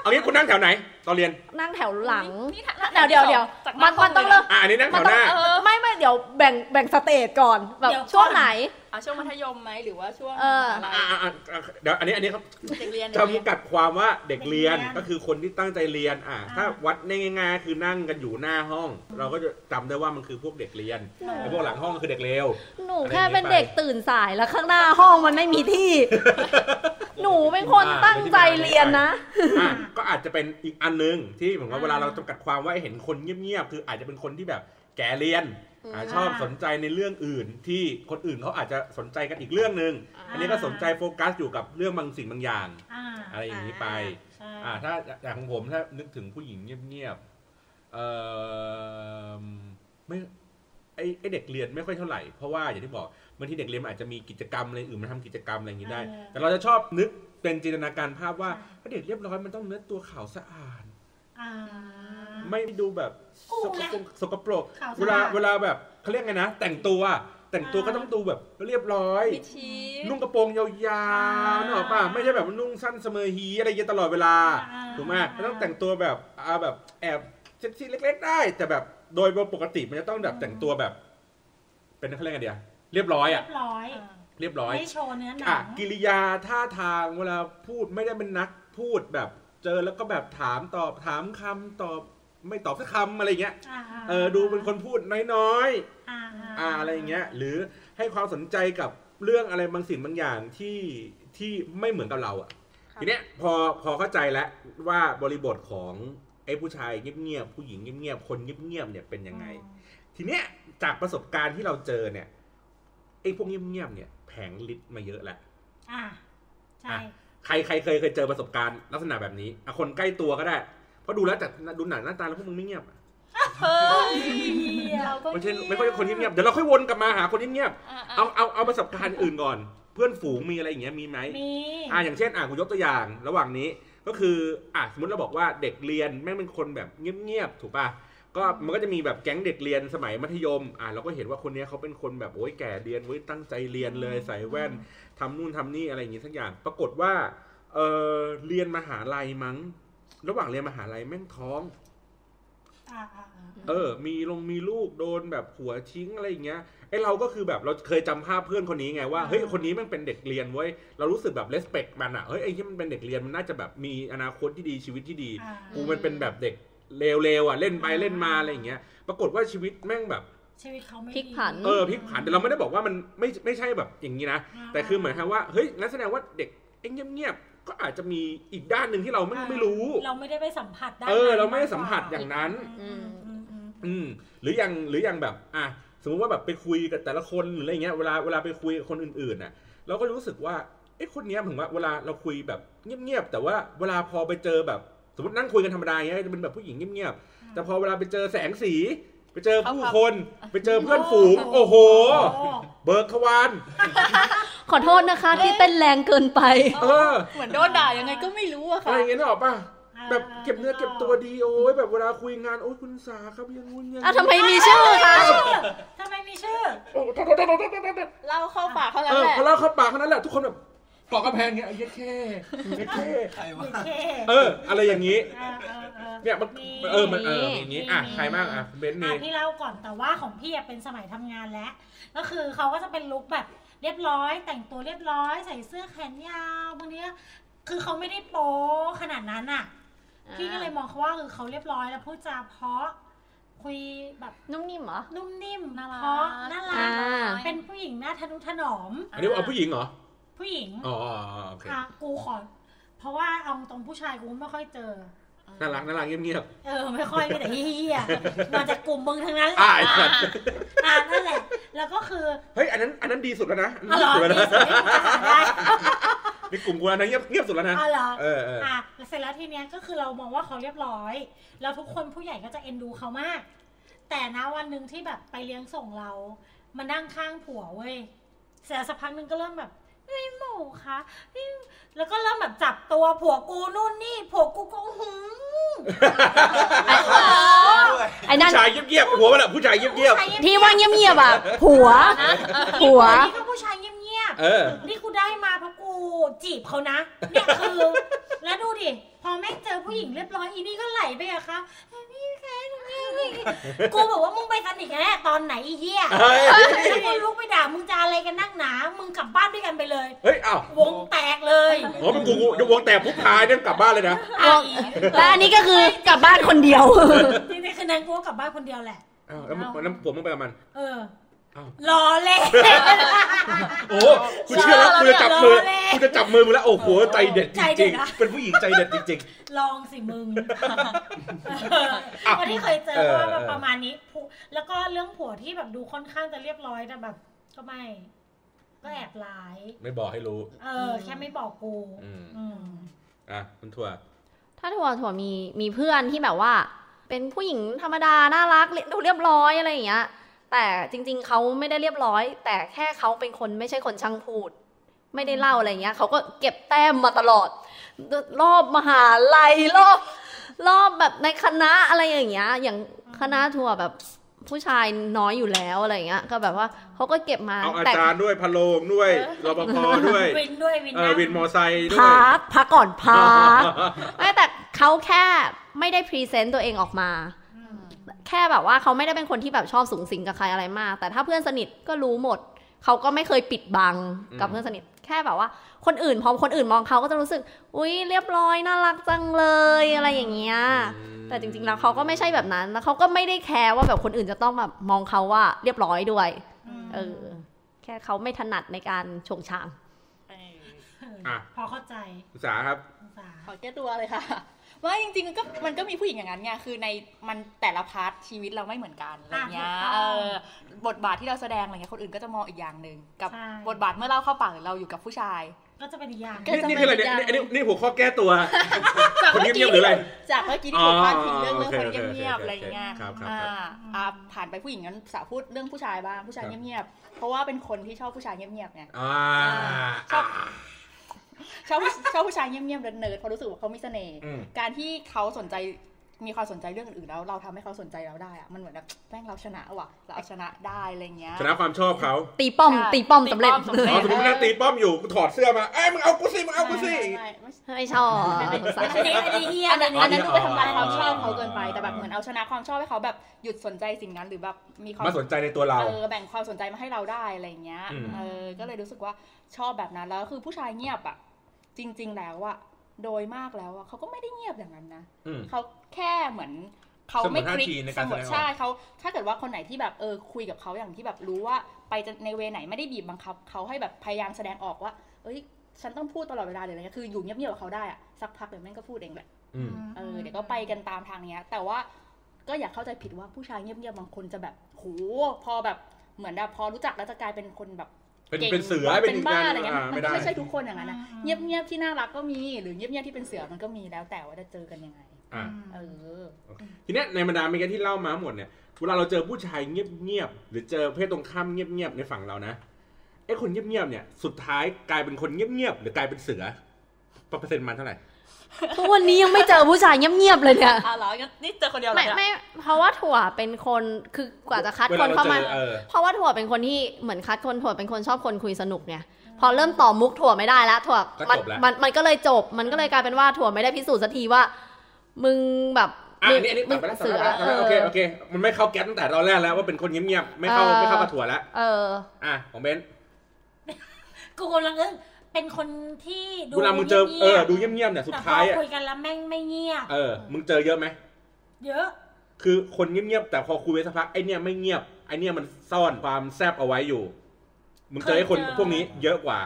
Speaker 1: เอางี้คุณนั่งแถวไหน ตอนเรียน
Speaker 2: นั่งแถวหลัง
Speaker 6: นี่
Speaker 2: เดี๋ยวเดี๋ยวเดี๋ยว
Speaker 6: จาก
Speaker 2: มันมันต้องเริ่ม
Speaker 1: อ่าอันนี้นั่งแถ
Speaker 2: มัน
Speaker 1: วห
Speaker 2: ต้อง
Speaker 1: น้า
Speaker 2: เออไม่ไม่เดี๋ยวแบ่งแบ่งสเตจก่อนแบบ
Speaker 3: เดี๋ยวก่อน
Speaker 2: ช่วงไหน
Speaker 6: เอาช่วงมัธยมไหมหรือว่าช่วง
Speaker 2: เออ
Speaker 6: มหาลั
Speaker 1: อ่าย อ่าอ่าเดี๋ยวอันนี้อันนี้ครับ
Speaker 6: เด็กเรียน
Speaker 1: จำกัดความว่าเด็กเรียน
Speaker 3: เด็กเรียน
Speaker 1: ก็คือคนที่ตั้งใจเรียน อ่า
Speaker 3: อ่า
Speaker 1: ถ้าวัดง่ายๆคือนั่งกันอยู่หน้าห้อง เราก็จะจำได้ว่ามันคือพวกเด็กเรียนไอ้พวกหลังห้องก็คือเด็กเลว
Speaker 2: หนู
Speaker 1: อะไรอย่างงี้
Speaker 2: แค่เป็น
Speaker 1: ไป
Speaker 2: เด็กตื่นสายแล้วข้างหน้าห้องมันไม่มี ที่ หนูเป็นคนตั้งใจเรียนนะ
Speaker 1: อ่ะก็อาจจะเป็นอีกอันนึงที่เหมือนกับเวลาเราจำกัดความว่าเห็นคนเงียบๆคืออาจจะเป็นคนที่แบบแกเรียนอ่ะชอบสนใจในเรื่องอื่น ที่คนอื่นเขาอาจจะสนใจกันอีกเรื่องหนึ่งอันนี้ก็สนใจโฟกัสอยู่กับเรื่องบางสิ่งบางอย่าง
Speaker 3: อ่า
Speaker 1: อะไรอย่างนี้ไป
Speaker 3: ใช่
Speaker 1: อ่าถ้าอย่างของผมถ้านึกถึงผู้หญิงเงียบๆเออไม่ไอไอเด็กเรียนไม่ค่อยเท่าไหร่เพราะว่าอย่างที่บอกบางทีเด็กเรียนมันอาจจะมีกิจกรรมอะไรอื่นมาทำกิจกรรมอะไรอย่างนี้ได้ แต่เราจะชอบนึกเป็นจินตนาการภาพว่าถ้าเด็กเรียบร้อยมันต้องเนื้อตัวขาวสะอาด
Speaker 3: อ่า
Speaker 1: ไม่ดูแบบ
Speaker 3: กู
Speaker 1: ส
Speaker 3: ไง
Speaker 1: กปรกสกปรก
Speaker 3: ขาว
Speaker 1: เว
Speaker 3: สะอาด
Speaker 1: ลาเวลาแบบเขาเรียกไงนะ แต่งตัวอะแต่งตัวก็ต้องดูแบบเรียบร้อย
Speaker 6: มิดชีส
Speaker 1: นุ่งกระโปรงยาวๆนึกออกป่ะไม่ใช่แบบว่านุ่งสั้นเสมอฮีอะไรเงี้ยตลอดเวลา
Speaker 3: อ่า
Speaker 1: ถูกไหมก็ต้องแต่งตัวแบบอ่าแบบแอบเซ็กซี่เล็ก ๆ ได้ แต่แบบโดยปกติมันจะต้องแบบแต่งตัวแบบ เป็นเขาเรียกไงเดียเรียบร้อย
Speaker 3: เรี
Speaker 1: อะ
Speaker 3: ยบร้อย
Speaker 1: เรียบร้อย
Speaker 3: ไม่โชว์เนื้อหนั
Speaker 1: อ่ะ
Speaker 3: ง
Speaker 1: กิริยาท่าทางเวลาพูดไม่ได้เป็นนักพูดแบบ เจอแล้วก็แบบถามตอบถามคำตอบไม่ตอบสักคำอะไรเงี้ย
Speaker 3: อ่า
Speaker 1: เออดูเป็นคนพูดน้อย
Speaker 3: อ่า
Speaker 1: ๆอ่าอะไรอย่างเงี้ย หรือให้ความสนใจกับเรื่องอะไรบางสิ่งบางอย่างที่ที่ไม่เหมือนกับเราอ่ะทีเนี้ยพอพอเข้าใจแล้วว่าบริบทของไอ้ผู้ชายเงียบๆผู้หญิงเงียบๆคนเงียบๆเนี่ยเป็นยังไง ทีเนี้ยจากประสบการณ์ที่เราเจอเนี่ยไอ้พวกเงียบๆเนี่ยแผงลิตมาเยอะแล้ว
Speaker 3: อ่าใช่
Speaker 1: ใครใครเคยเคยเจอประสบการณ์ลักษณะแบบนี้อ่ะคนใกล้ตัวก็ได้ เพราะดูแล้วจากดูหนังหน้าตาแล้วพวกมึงไม่เงียบอ่ะ
Speaker 6: เฮ้ยเราก็
Speaker 1: ไม่ใช่ไม่ค่อยคนเงียบๆเดี๋ยวเราค่อยวนกลับมาหาคนเงียบ
Speaker 6: อ่ะ
Speaker 1: ๆ
Speaker 6: อ่ะ
Speaker 1: เอาเอาเอาประสบการณ์อื่นก่อน เพื่อนฝูงมีอะไรอย่างเงี้ยมีไหม
Speaker 3: มี
Speaker 1: อ่ะอย่างเช่นอ่ะกูยกตัวอย่าง ระหว่างนี้ก็คืออ่ะสมมติเราบอกว่าเด็กเรียนแม่งเป็นคนแบบเงียบๆถูกป่ะก็มันก็จะมีแบบแก๊งเด็กเรียนสมัยมัธยมอ่ะเราก็เห็นว่าคนเนี้ยเขาเป็นคนแบบโอ้ยแก่เรียนเว้ยตั้งใจเรียนเลยใส่แว่นทำนู่นทำนี่อะไรอย่างงี้สักอย่าง ปรากฏว่า เออเรียนมหาลัยมั้ง ระหว่างเรียนมหาลัยแม่งท้อง
Speaker 3: อ่าอ่าอ่า
Speaker 1: เออ มีลงมีลูกโดนแบบผัวทิ้งอะไรอย่างเงี้ย ไอ้เราก็คือแบบเราเคยจำภาพเพื่อนคนนี้ไงว่าเฮ้ยคนนี้มันเป็นเด็กเรียนเว้ยเรารู้สึกแบบเลสเปกมันอ่ะเฮ้ยไอ้ที่มันเป็นเด็กเรียนมันน่าจะแบบมีอนาคตที่ดีชีวิตที่ดี
Speaker 3: อ่า
Speaker 1: กูมันเป็นแบบเด็กเลวๆอ่ะเล่นไปเล่นมาอะไรอย่างเงี้ย ปรากฏว่าชีวิตแม่งแบบ
Speaker 3: ชีวิตเขาไม่
Speaker 2: พลิกผัน
Speaker 3: ดี
Speaker 1: เออพลิกผันแต่เราไม่ได้บอกว่ามันไม่ไม่ใช่แบบอย่างนี้นะ
Speaker 3: อ่า
Speaker 1: แต่คือเหมือนกับว่าเฮ้ยงั้นแสดงว่าเด็กเองเงียบๆก็อาจจะมีอีกด้านหนึ่งที่เราไม่
Speaker 3: อ่า
Speaker 1: ไม่รู้
Speaker 3: เราไม่ได้ไปสัมผัสได้
Speaker 1: เออ เราไม่ได้สัมผัสอย่างนั้น
Speaker 3: อืมอืมอืม
Speaker 1: อืมหรืออย่างหรืออย่างแบบอ่ะสมมติว่าแบบไปคุยกับแต่ละคนหรืออะไรเงี้ยเวลาเวลาไปคุยกับคนอื่นๆน่ะเราก็รู้สึกว่าเอ้คนเนี้ยถึงว่าเวลาเราคุยแบบเงียบๆแต่ว่าเวลาพอไปเจอแบบ สมมตินั่งคุยกันธรรมดาเงี้ยจะเป็นแบบผู้หญิงเงียบๆแต่พอเวลาไปเจอแสงสี ไปเจอผู้คน ไปเจอเพื่อนฝูง โอ้โห
Speaker 3: โอ้
Speaker 1: เบิกขวาน
Speaker 2: ขอโทษนะคะที่เต้นแรงเกินไป
Speaker 1: เออ
Speaker 6: เหมือนโดนด่ายังไงก็ไม่รู้อะ
Speaker 1: อะ
Speaker 6: ค่ะ
Speaker 1: ไรอย่างเงี้ยนึกออกป่ะ
Speaker 3: อ่า
Speaker 1: แบบเก็บเนื้อเก็บตัวดีโอ้ยแบบเวลาคุยงานโอ้ยคุณสาครับอยังงุ้นอยัง
Speaker 2: อ่ะทำ
Speaker 1: นี้
Speaker 2: ไมมีชื่อคะ
Speaker 3: ทำไมมีชื่อ
Speaker 6: เล่าเข้าปากเขาแล้
Speaker 1: เอ
Speaker 6: ว
Speaker 1: อ
Speaker 6: แหละ
Speaker 1: พอเล่าเข้าปากเท่านั้นแหละทุกคนแบบเกาะกระแพงเงี้ยไอ้เหี้ยแค่ไอ้เหี้ยแค่
Speaker 5: ใคร
Speaker 3: โอ
Speaker 5: วะ
Speaker 3: เค
Speaker 1: เออ อะไรอย่างนี้
Speaker 3: เออเออเออ
Speaker 1: เนี่ยมัน
Speaker 3: มี
Speaker 1: เออมันเออมีอย่างนี้อ่ะใครบ้างอ่ะเบนซ์มี
Speaker 3: อ่ะพี่เล่าก่อนแต่ว่าของพี่อ่ะเป็นสมัยทำงานแล้ว ก็คือเขาก็จะเป็นลุคแบบเรียบร้อย แต่งตัวเรียบร้อย ใส่เสื้อแขนยาวบางทีก็คือเขาไม่ได้โป๊ขนาดนั้นอ่ะ พี่ก็เลยมองเขาว่าคือเขาเรียบร้อยแล้วพูดจาเพราะคุยแบบ
Speaker 2: นุ่มนิ่มเหรอ
Speaker 3: นุ่มนิ่ม
Speaker 6: น่ารัก
Speaker 3: เพราะน่ารั
Speaker 2: อ่า
Speaker 3: กเป็นผู้หญิงหน้าทะนุถนอม
Speaker 1: อันนี้เอาผู้หญิงเหรอ
Speaker 3: ผู้หญิง
Speaker 1: อ๋ออ๋ออ๋อโอเค
Speaker 3: อ่ะกูขอ เพราะว่าเอาตรงผู้ชายกูไม่ค่อยเจอ
Speaker 1: น่ารักน่ารักเงียบ
Speaker 3: เออไม่ค่อยมีแต่เฮียๆ มาจากกลุ่มมึงทั้งนั้นแหละ
Speaker 1: อ่าไอ้สั
Speaker 3: อ่ะ
Speaker 1: ตว์
Speaker 3: อ่ะนั่นแหละ แล้วก็คือ
Speaker 1: ๆเฮ้ยอันนั้นอันนั้นดีสุดแล้วนะอัน
Speaker 3: อ๋อ
Speaker 1: นั้น
Speaker 3: เห
Speaker 1: ดีสุ
Speaker 3: รอ
Speaker 1: ดแล้ว
Speaker 3: ที่
Speaker 1: นะ
Speaker 3: สุดที่มึงจะหาได้
Speaker 1: ในกลุ่มกูอันนั้นเงียบเงียบสุดแล้วนะ
Speaker 3: อ๋อเหรอ
Speaker 1: เออเออ
Speaker 3: อ่ะแล้วเสร็จแล้วทีเนี้ยก็คือเรามองว่าเขาเรียบร้อย แล้วทุกคนผู้ใหญ่ก็จะเอ็นดูเขามาก แต่นะวันหนึ่งที่แบบไปเลี้ยงส่งเรา มานั่งข้างผัวเว้ยเสร็จแล้วสักพักหนึ่งก็เริ่มแบบเฮ้ยหมูคะเฮ้ยแล้วก็เริ่มแบบจับตัวผัวกูนู่นนี่ผัวกูก็หืม
Speaker 2: ไอ้นั่
Speaker 1: ผู้
Speaker 2: น
Speaker 1: ชายเงียบๆหัวมันแหละผู้ชายเงียบ
Speaker 3: ใครยัง
Speaker 2: ที่ว่าเงียบๆอ่ะ ผัว ผัว
Speaker 3: นี่ก็ผู้ชายเงียบๆ
Speaker 1: ๆเออ
Speaker 3: นี่กูได้มาเพราะกูจีบเขานะ เนี่ยคือ แล้วดูดิ พอแม่งเจอผู้หญิงเรียบร้อยอีนี่ก็ไหลไปอะคะพี่แค่นี่นี่กูบอกว่ามึงไปสนิทกันแน่ตอนไหนอีเหี้ย
Speaker 1: เฮ้ย
Speaker 3: แล้วกูลุกไปด่ามึงจะอะไรกันนักหนา มึงกลับบ้านด้วยกันไปเลย
Speaker 1: เฮ้ยอ้าว
Speaker 3: วงแตกเลย
Speaker 1: อ๋อเป็นกูกูเดี๋ยววงแตกปุ๊บพายเนี่ยกลับบ้านเลยนะ
Speaker 3: อ่ะ
Speaker 2: วง และอันนี้ก็คือกลับบ้านคนเดียว
Speaker 3: จริงๆคือนางกูก็กลับบ้านคนเดียวแหละ
Speaker 1: อ้าวแล้วมึงแล้วผมมึงไปกับมัน
Speaker 3: เออ
Speaker 1: อ้าว
Speaker 3: รอเลย
Speaker 1: โอ้โหกูเชื่อแล้วกูจะจับมือกูจะจับมือมึงแล้วโอ้โหใจเด็ดจ
Speaker 3: ใจเด็
Speaker 1: ริ
Speaker 3: ด
Speaker 1: ง
Speaker 3: อะ
Speaker 1: ๆเป็นผู้หญิงใจเด็ดจริง
Speaker 3: ลองสิมึ ง
Speaker 1: อ่ะ
Speaker 3: วันที่เคยเจอ
Speaker 1: เออ
Speaker 3: ว่าแบบประมาณนี้ผู้แล้วก็เรื่องผัวที่แบบดูค่อนข้างจะเรียบร้อยแต่แบบ ก็ไม่ ก็แอบร้าย
Speaker 1: ๆ ไม่บอกให้รู้
Speaker 3: เออ แค่ไม่บอกกู
Speaker 1: อืม
Speaker 3: อืม
Speaker 1: อ่ะคุณถั่ว
Speaker 2: ถ้าถั่วถั่วมีมีเพื่อนที่แบบว่า เป็นผู้หญิงธรรมดาน่ารักเรียดูเรียบร้อยอะไรอย่างเงี้ย แต่จริง ๆเขาไม่ได้เรียบร้อย แต่แค่เขาเป็นคนไม่ใช่คนช่างพูด ไม่ได้เล่าอะไรอย่างเงี้ยเขาก็เก็บแต้มมาตลอด รอบมหาลัยรอบ รอบแบบในคณะอะไรอย่างเงี้ย อย่างคณะถั่วแบบผู้ชายน้อยอยู่แล้วอะไรอย่างเงี้ย ก็แบบว่าเขาก็เก็บมา
Speaker 1: เอาอา
Speaker 2: แต่
Speaker 1: จารย์ด้วยพะโลงด้วยรปภด้วย
Speaker 3: วินด้วยวิน
Speaker 1: เออ
Speaker 3: นะ
Speaker 1: วินมอไซค์ด้วย
Speaker 2: พักพักก่อนพัก ไม่แต่เขาแค่ไม่ได้พรีเซนต์ตัวเองออกมา
Speaker 3: อืม
Speaker 2: แค่แบบว่าเขาไม่ได้เป็นคนที่แบบชอบสูงสิงกับใครอะไรมาก แต่ถ้าเพื่อนสนิทก็รู้หมด เขาก็ไม่เคยปิดบังกับเพื่อนสนิท แค่แบบว่า คนอื่นพอคนอื่นมองเขาก็จะรู้สึก อุ๊ยเรียบร้อยน่ารักจังเลยอะไรอย่างเงี้ย แต่จริงๆแล้วเขาก็ไม่ใช่แบบนั้น แล้วเขาก็ไม่ได้แคร์ว่าแบบคนอื่นจะต้องแบบมองเขาว่าเรียบร้อยด้วย เออ แค่เขาไม่ถนัดในการชงชาง
Speaker 3: เออ
Speaker 1: อ่ะ
Speaker 3: พอเข้าใจ
Speaker 1: ศึกษาครับ
Speaker 3: สงสาร
Speaker 6: ขอแก้ตัวเลยค่ะ ว่าจริงๆมันก็มันก็มีผู้หญิงอย่างนั้นไงคือในมันแต่ละพาร์ทชีวิตเราไม่เหมือนกันอะไรเงี้ยเออบทบาทที่เราแสดงอะไรเงี้ยคนอื่นก็จะมองอีกอย่างหนึ่งกับ บทบาทเมื่อเล่าเข้าปากหรือเราอยู่กับผู้ชาย
Speaker 3: ก็จะเป็นอีกอย่าง
Speaker 6: ก็
Speaker 1: นี่
Speaker 6: จะ
Speaker 1: นี่คืออะไรเนี่ยนี่นี่นี่หัวข้อแก้ตัว
Speaker 6: จาก
Speaker 1: คน
Speaker 6: เมื่อ
Speaker 1: เงี
Speaker 6: กี้
Speaker 1: ยบๆหรืออะไร
Speaker 6: จากเมื่อกี้ที่ผมพาดพิงเรื่องเรื่องคนเงียบๆอะไรเงี้ย
Speaker 1: ครับครับ
Speaker 6: อ่า
Speaker 1: ครับ
Speaker 6: อ่าผ่านไปผู้หญิงงั้นสาวพูดเรื่องผู้ชายบ้างผู้ชายเงียบๆเพราะว่าเป็นคนที่ชอบผู้ชายเงียบๆไง
Speaker 1: อ่า
Speaker 6: ชอบ ชอบผู้ชอบผู้ชายเงียบๆเนิร์ดๆเพราะรู้สึกว่าเขามีเสน่ห์
Speaker 1: อืม
Speaker 6: การที่เขาสนใจ มีความสนใจเรื่องอื่นๆแล้วเราทำให้เขาสนใจเราได้อะมันเหมือนแบบแม่งเราชนะว่ะเราเอาชนะได้อะไรเงี้ย
Speaker 1: ชนะความชอบเขา
Speaker 2: ตีป้อม
Speaker 6: ใช่
Speaker 2: ตีป้อมสำเร็จ
Speaker 6: ตีป้อม
Speaker 1: อ๋อส
Speaker 6: สำเร็
Speaker 1: มมตินั่งตีป้อมอยู่กูถอดเสื้อมาเอ้ยมึงเอากูสิมึงเอากูสิ
Speaker 6: ใช่ไม่ใช่
Speaker 2: ไม่ช อบสง
Speaker 6: อั
Speaker 2: สาร
Speaker 6: นนี้อันนี้เฮียอันนั้น
Speaker 1: อ๋อ
Speaker 6: อันนั้นดูไปทำลาย
Speaker 1: อ๋อ
Speaker 6: ความชอบเขาเกินไปแต่แบบเหมือนเอาชนะความชอบให้เขาแบบหยุดสนใจสิ่งนั้นหรือแบบมีความ
Speaker 1: มาสนใจในตัวเรา
Speaker 6: เออแบ่งความสนใจมาให้เราได้อะไรอย่างเงี้ย
Speaker 1: อืม
Speaker 6: เออก็เลยรู้สึกว่าชอบแบบนั้นแล้วคือผู้ชายเงียบอ่ะจริง ๆ แล้วอ่ะโดยมากแล้วอ่ะเขาก็ไม่ได้เงียบอย่างนั้นนะ
Speaker 1: ม
Speaker 6: เขาแค่เหมือนเขาไม่คลิก
Speaker 1: สมุนท่าทีในการแสดงออก
Speaker 6: สมุนใช่เขาถ้าเกิดว่าคนไหนที่แบบเออคุยกับเขาอย่างที่แบบรู้ว่า ไปจะในเวไหนไม่ได้บีบบังคับเขาให้แบบพยายามแสดงออกว่า เอ้ย ฉันต้องพูดตลอดเวลาหรืออะไรเงี้ยคืออยู่เงียบๆกับเขาได้อะสักพักเดี๋ยวแม่งก็พูดเองแหละ
Speaker 1: อืม
Speaker 6: เออเดี๋ยวก็ไปกันตามทางเนี้ย แต่ว่าก็อย่าเข้าใจผิดว่าผู้ชายเงียบๆบางคนจะแบบโหพอแบบเหมือนแบบพอรู้จักแล้วจะกลายเป็นคนแบบ
Speaker 1: เป็น
Speaker 6: ก่ง
Speaker 1: เป็นเสือ
Speaker 6: เป็นบ้าอะไรเงี้ย
Speaker 1: อ่า
Speaker 6: มั
Speaker 1: ไม่
Speaker 6: น
Speaker 1: ได้
Speaker 6: ไม่ใช่ทุกคนอย่างนั้นนะ
Speaker 3: อืม
Speaker 6: เงียบๆที่น่ารักก็มีหรือเงียบๆที่เป็นเสือมันก็มีแล้วแต่ว่าจะเจอกันยังไง
Speaker 1: อ่ะ
Speaker 6: เออ
Speaker 1: ทีเนี้ยในบรรดาเมื่อกี้ที่เล่ามาหมดเนี่ยเวลาเราเจอผู้ชายเงียบๆหรือเจอเพศตรงข้ามเงียบๆในฝั่งเรานะไอ้คนเงียบๆเนี่ย สุดท้ายกลายเป็นคนเงียบๆหรือกลายเป็นเสือเปอร์เซ็นต์มันเท่าไหร่
Speaker 2: ทุกวันนี้ยังไม่เจอผู้ชายเงียบๆเลยเนี่ย
Speaker 6: อ่ะเหรองั้นนี่เจอคนเดียวเหรอ
Speaker 2: ไม่ไม่เพราะว่าถั่วเป็นคนคือกว่าจะคัดคนเข้ามา
Speaker 1: วลรจอออ
Speaker 2: เพราะว่าถั่วเป็นคนที่เหมือนคัดคนถั่วเป็นคนชอบคนคุยสนุกไงพอเริ่มต่อมุกถั่วไม่ได้ละถั่ว
Speaker 1: ก็
Speaker 2: มั
Speaker 1: จบละ
Speaker 2: มันมันก็เลยจบ มันก็เลยกลายเป็นว่าถั่วไม่ได้พิสูจน์สักทีว่า มึงแบบ
Speaker 1: อ่ะ
Speaker 2: มึ
Speaker 1: อั
Speaker 2: ง
Speaker 1: นนี้อันนี้
Speaker 2: มึ
Speaker 1: ตัด
Speaker 2: ง
Speaker 1: ไปแล้วตัดไป
Speaker 2: เสือ
Speaker 1: แล้วตัดไปแล้วโอเคโอเค มันไม่เข้าแก๊สตั้งแต่ตอนแรกแล้วว่าเป็นคนเงียบๆไม่เข้าไม่เข้ากระถั่วแล้ว
Speaker 2: เออ
Speaker 1: อ่ะของเบนซ์
Speaker 3: กูกำลังอึ้งเป็นคนที่ดู
Speaker 1: เวลามึงเจอเออดู
Speaker 3: งียบ
Speaker 1: เงียบๆเนี่ย
Speaker 3: ๆ
Speaker 1: สุด
Speaker 3: แต่พ
Speaker 1: ท้า
Speaker 3: อย
Speaker 1: อ่ะ
Speaker 3: คุยกันแล้วแม่งไม่เงียบ
Speaker 1: เออมึงเจอเยอะไหม
Speaker 3: เยอะ
Speaker 1: คือคนเงียบๆแต่พอคุยไปสักพักไอเนี่ยไม่เงียบไอเนี่ยมันซ่อนความแซบเอาไว้อยู่ มึงเจอไอคนพวกนี้เยอะกว่า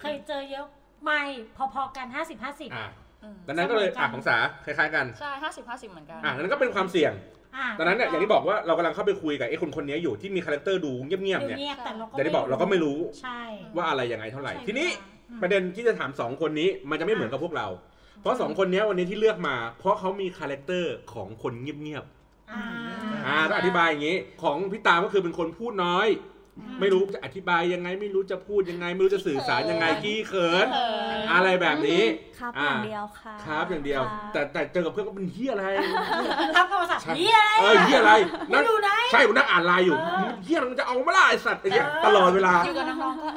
Speaker 3: เคยเจอเยอะไม่พอๆกันห้าสิบห้าสิบ
Speaker 1: อ่ะ
Speaker 6: อืม
Speaker 1: ดังนั้นก็เลยอ่ะของสาคล้ายๆกัน
Speaker 6: ใช่ห้าสิบห้าสิบเหมือนกัน
Speaker 1: อ่ะนั้นก็เป็นความเสี่ยงตอนนั้นเนี่ยอย่างที่บอกว่าเรากำลังเข้าไปคุยกับไอ้คนคนนี้อยู่ที่มีคาแรคเตอร์ดูเงียบๆเนี่ย
Speaker 3: เงียบๆแต่เราก็
Speaker 1: อย่างที่บอกเราก็ไม่รู้
Speaker 3: ใช่
Speaker 1: ว่าอะไรยังไงเท่าไหร่
Speaker 3: ใช่
Speaker 1: ทีนี้
Speaker 3: อืม
Speaker 1: ประเด็นที่จะถามสองคนนี้มันจะไม่เหมือนกับพวกเรา เพราะสองคนเนี้ยวันนี้ที่เลือกมา เพราะเขามีคาแรคเตอร์ของคนเงียบ
Speaker 3: อ่า
Speaker 1: ๆอ่าต้องอธิบายอย่างนี้ ของพี่ตามก็คือเป็นคนพูดน้อย ไม่รู้จะอธิบายยังไง ไม่รู้จะพูดยังไง ไม่รู้จะสื่อสารยังไงขี้เขิน
Speaker 6: เออ
Speaker 1: อะไรแบบนี้
Speaker 4: ครับ
Speaker 1: อ่า
Speaker 4: อย่างเดียวค่ะ
Speaker 1: ครับอย่างเดียว
Speaker 4: ครับ
Speaker 1: แต่แต่เจอกับเพื่อนก็เป็นเฮียอะไร
Speaker 3: ทำโทรศัพท์นี่อะไร
Speaker 1: เออเฮียอะไรนั่ง
Speaker 3: อยู่ไหน
Speaker 1: ใช่ผมนั่งอ่านไลน์อยู่
Speaker 3: เออ
Speaker 1: เฮียมันจะเอามาล่ะไอสัตว์ไอ้เหี้ยตลอดเวลา
Speaker 6: อยู่กับน้องๆก็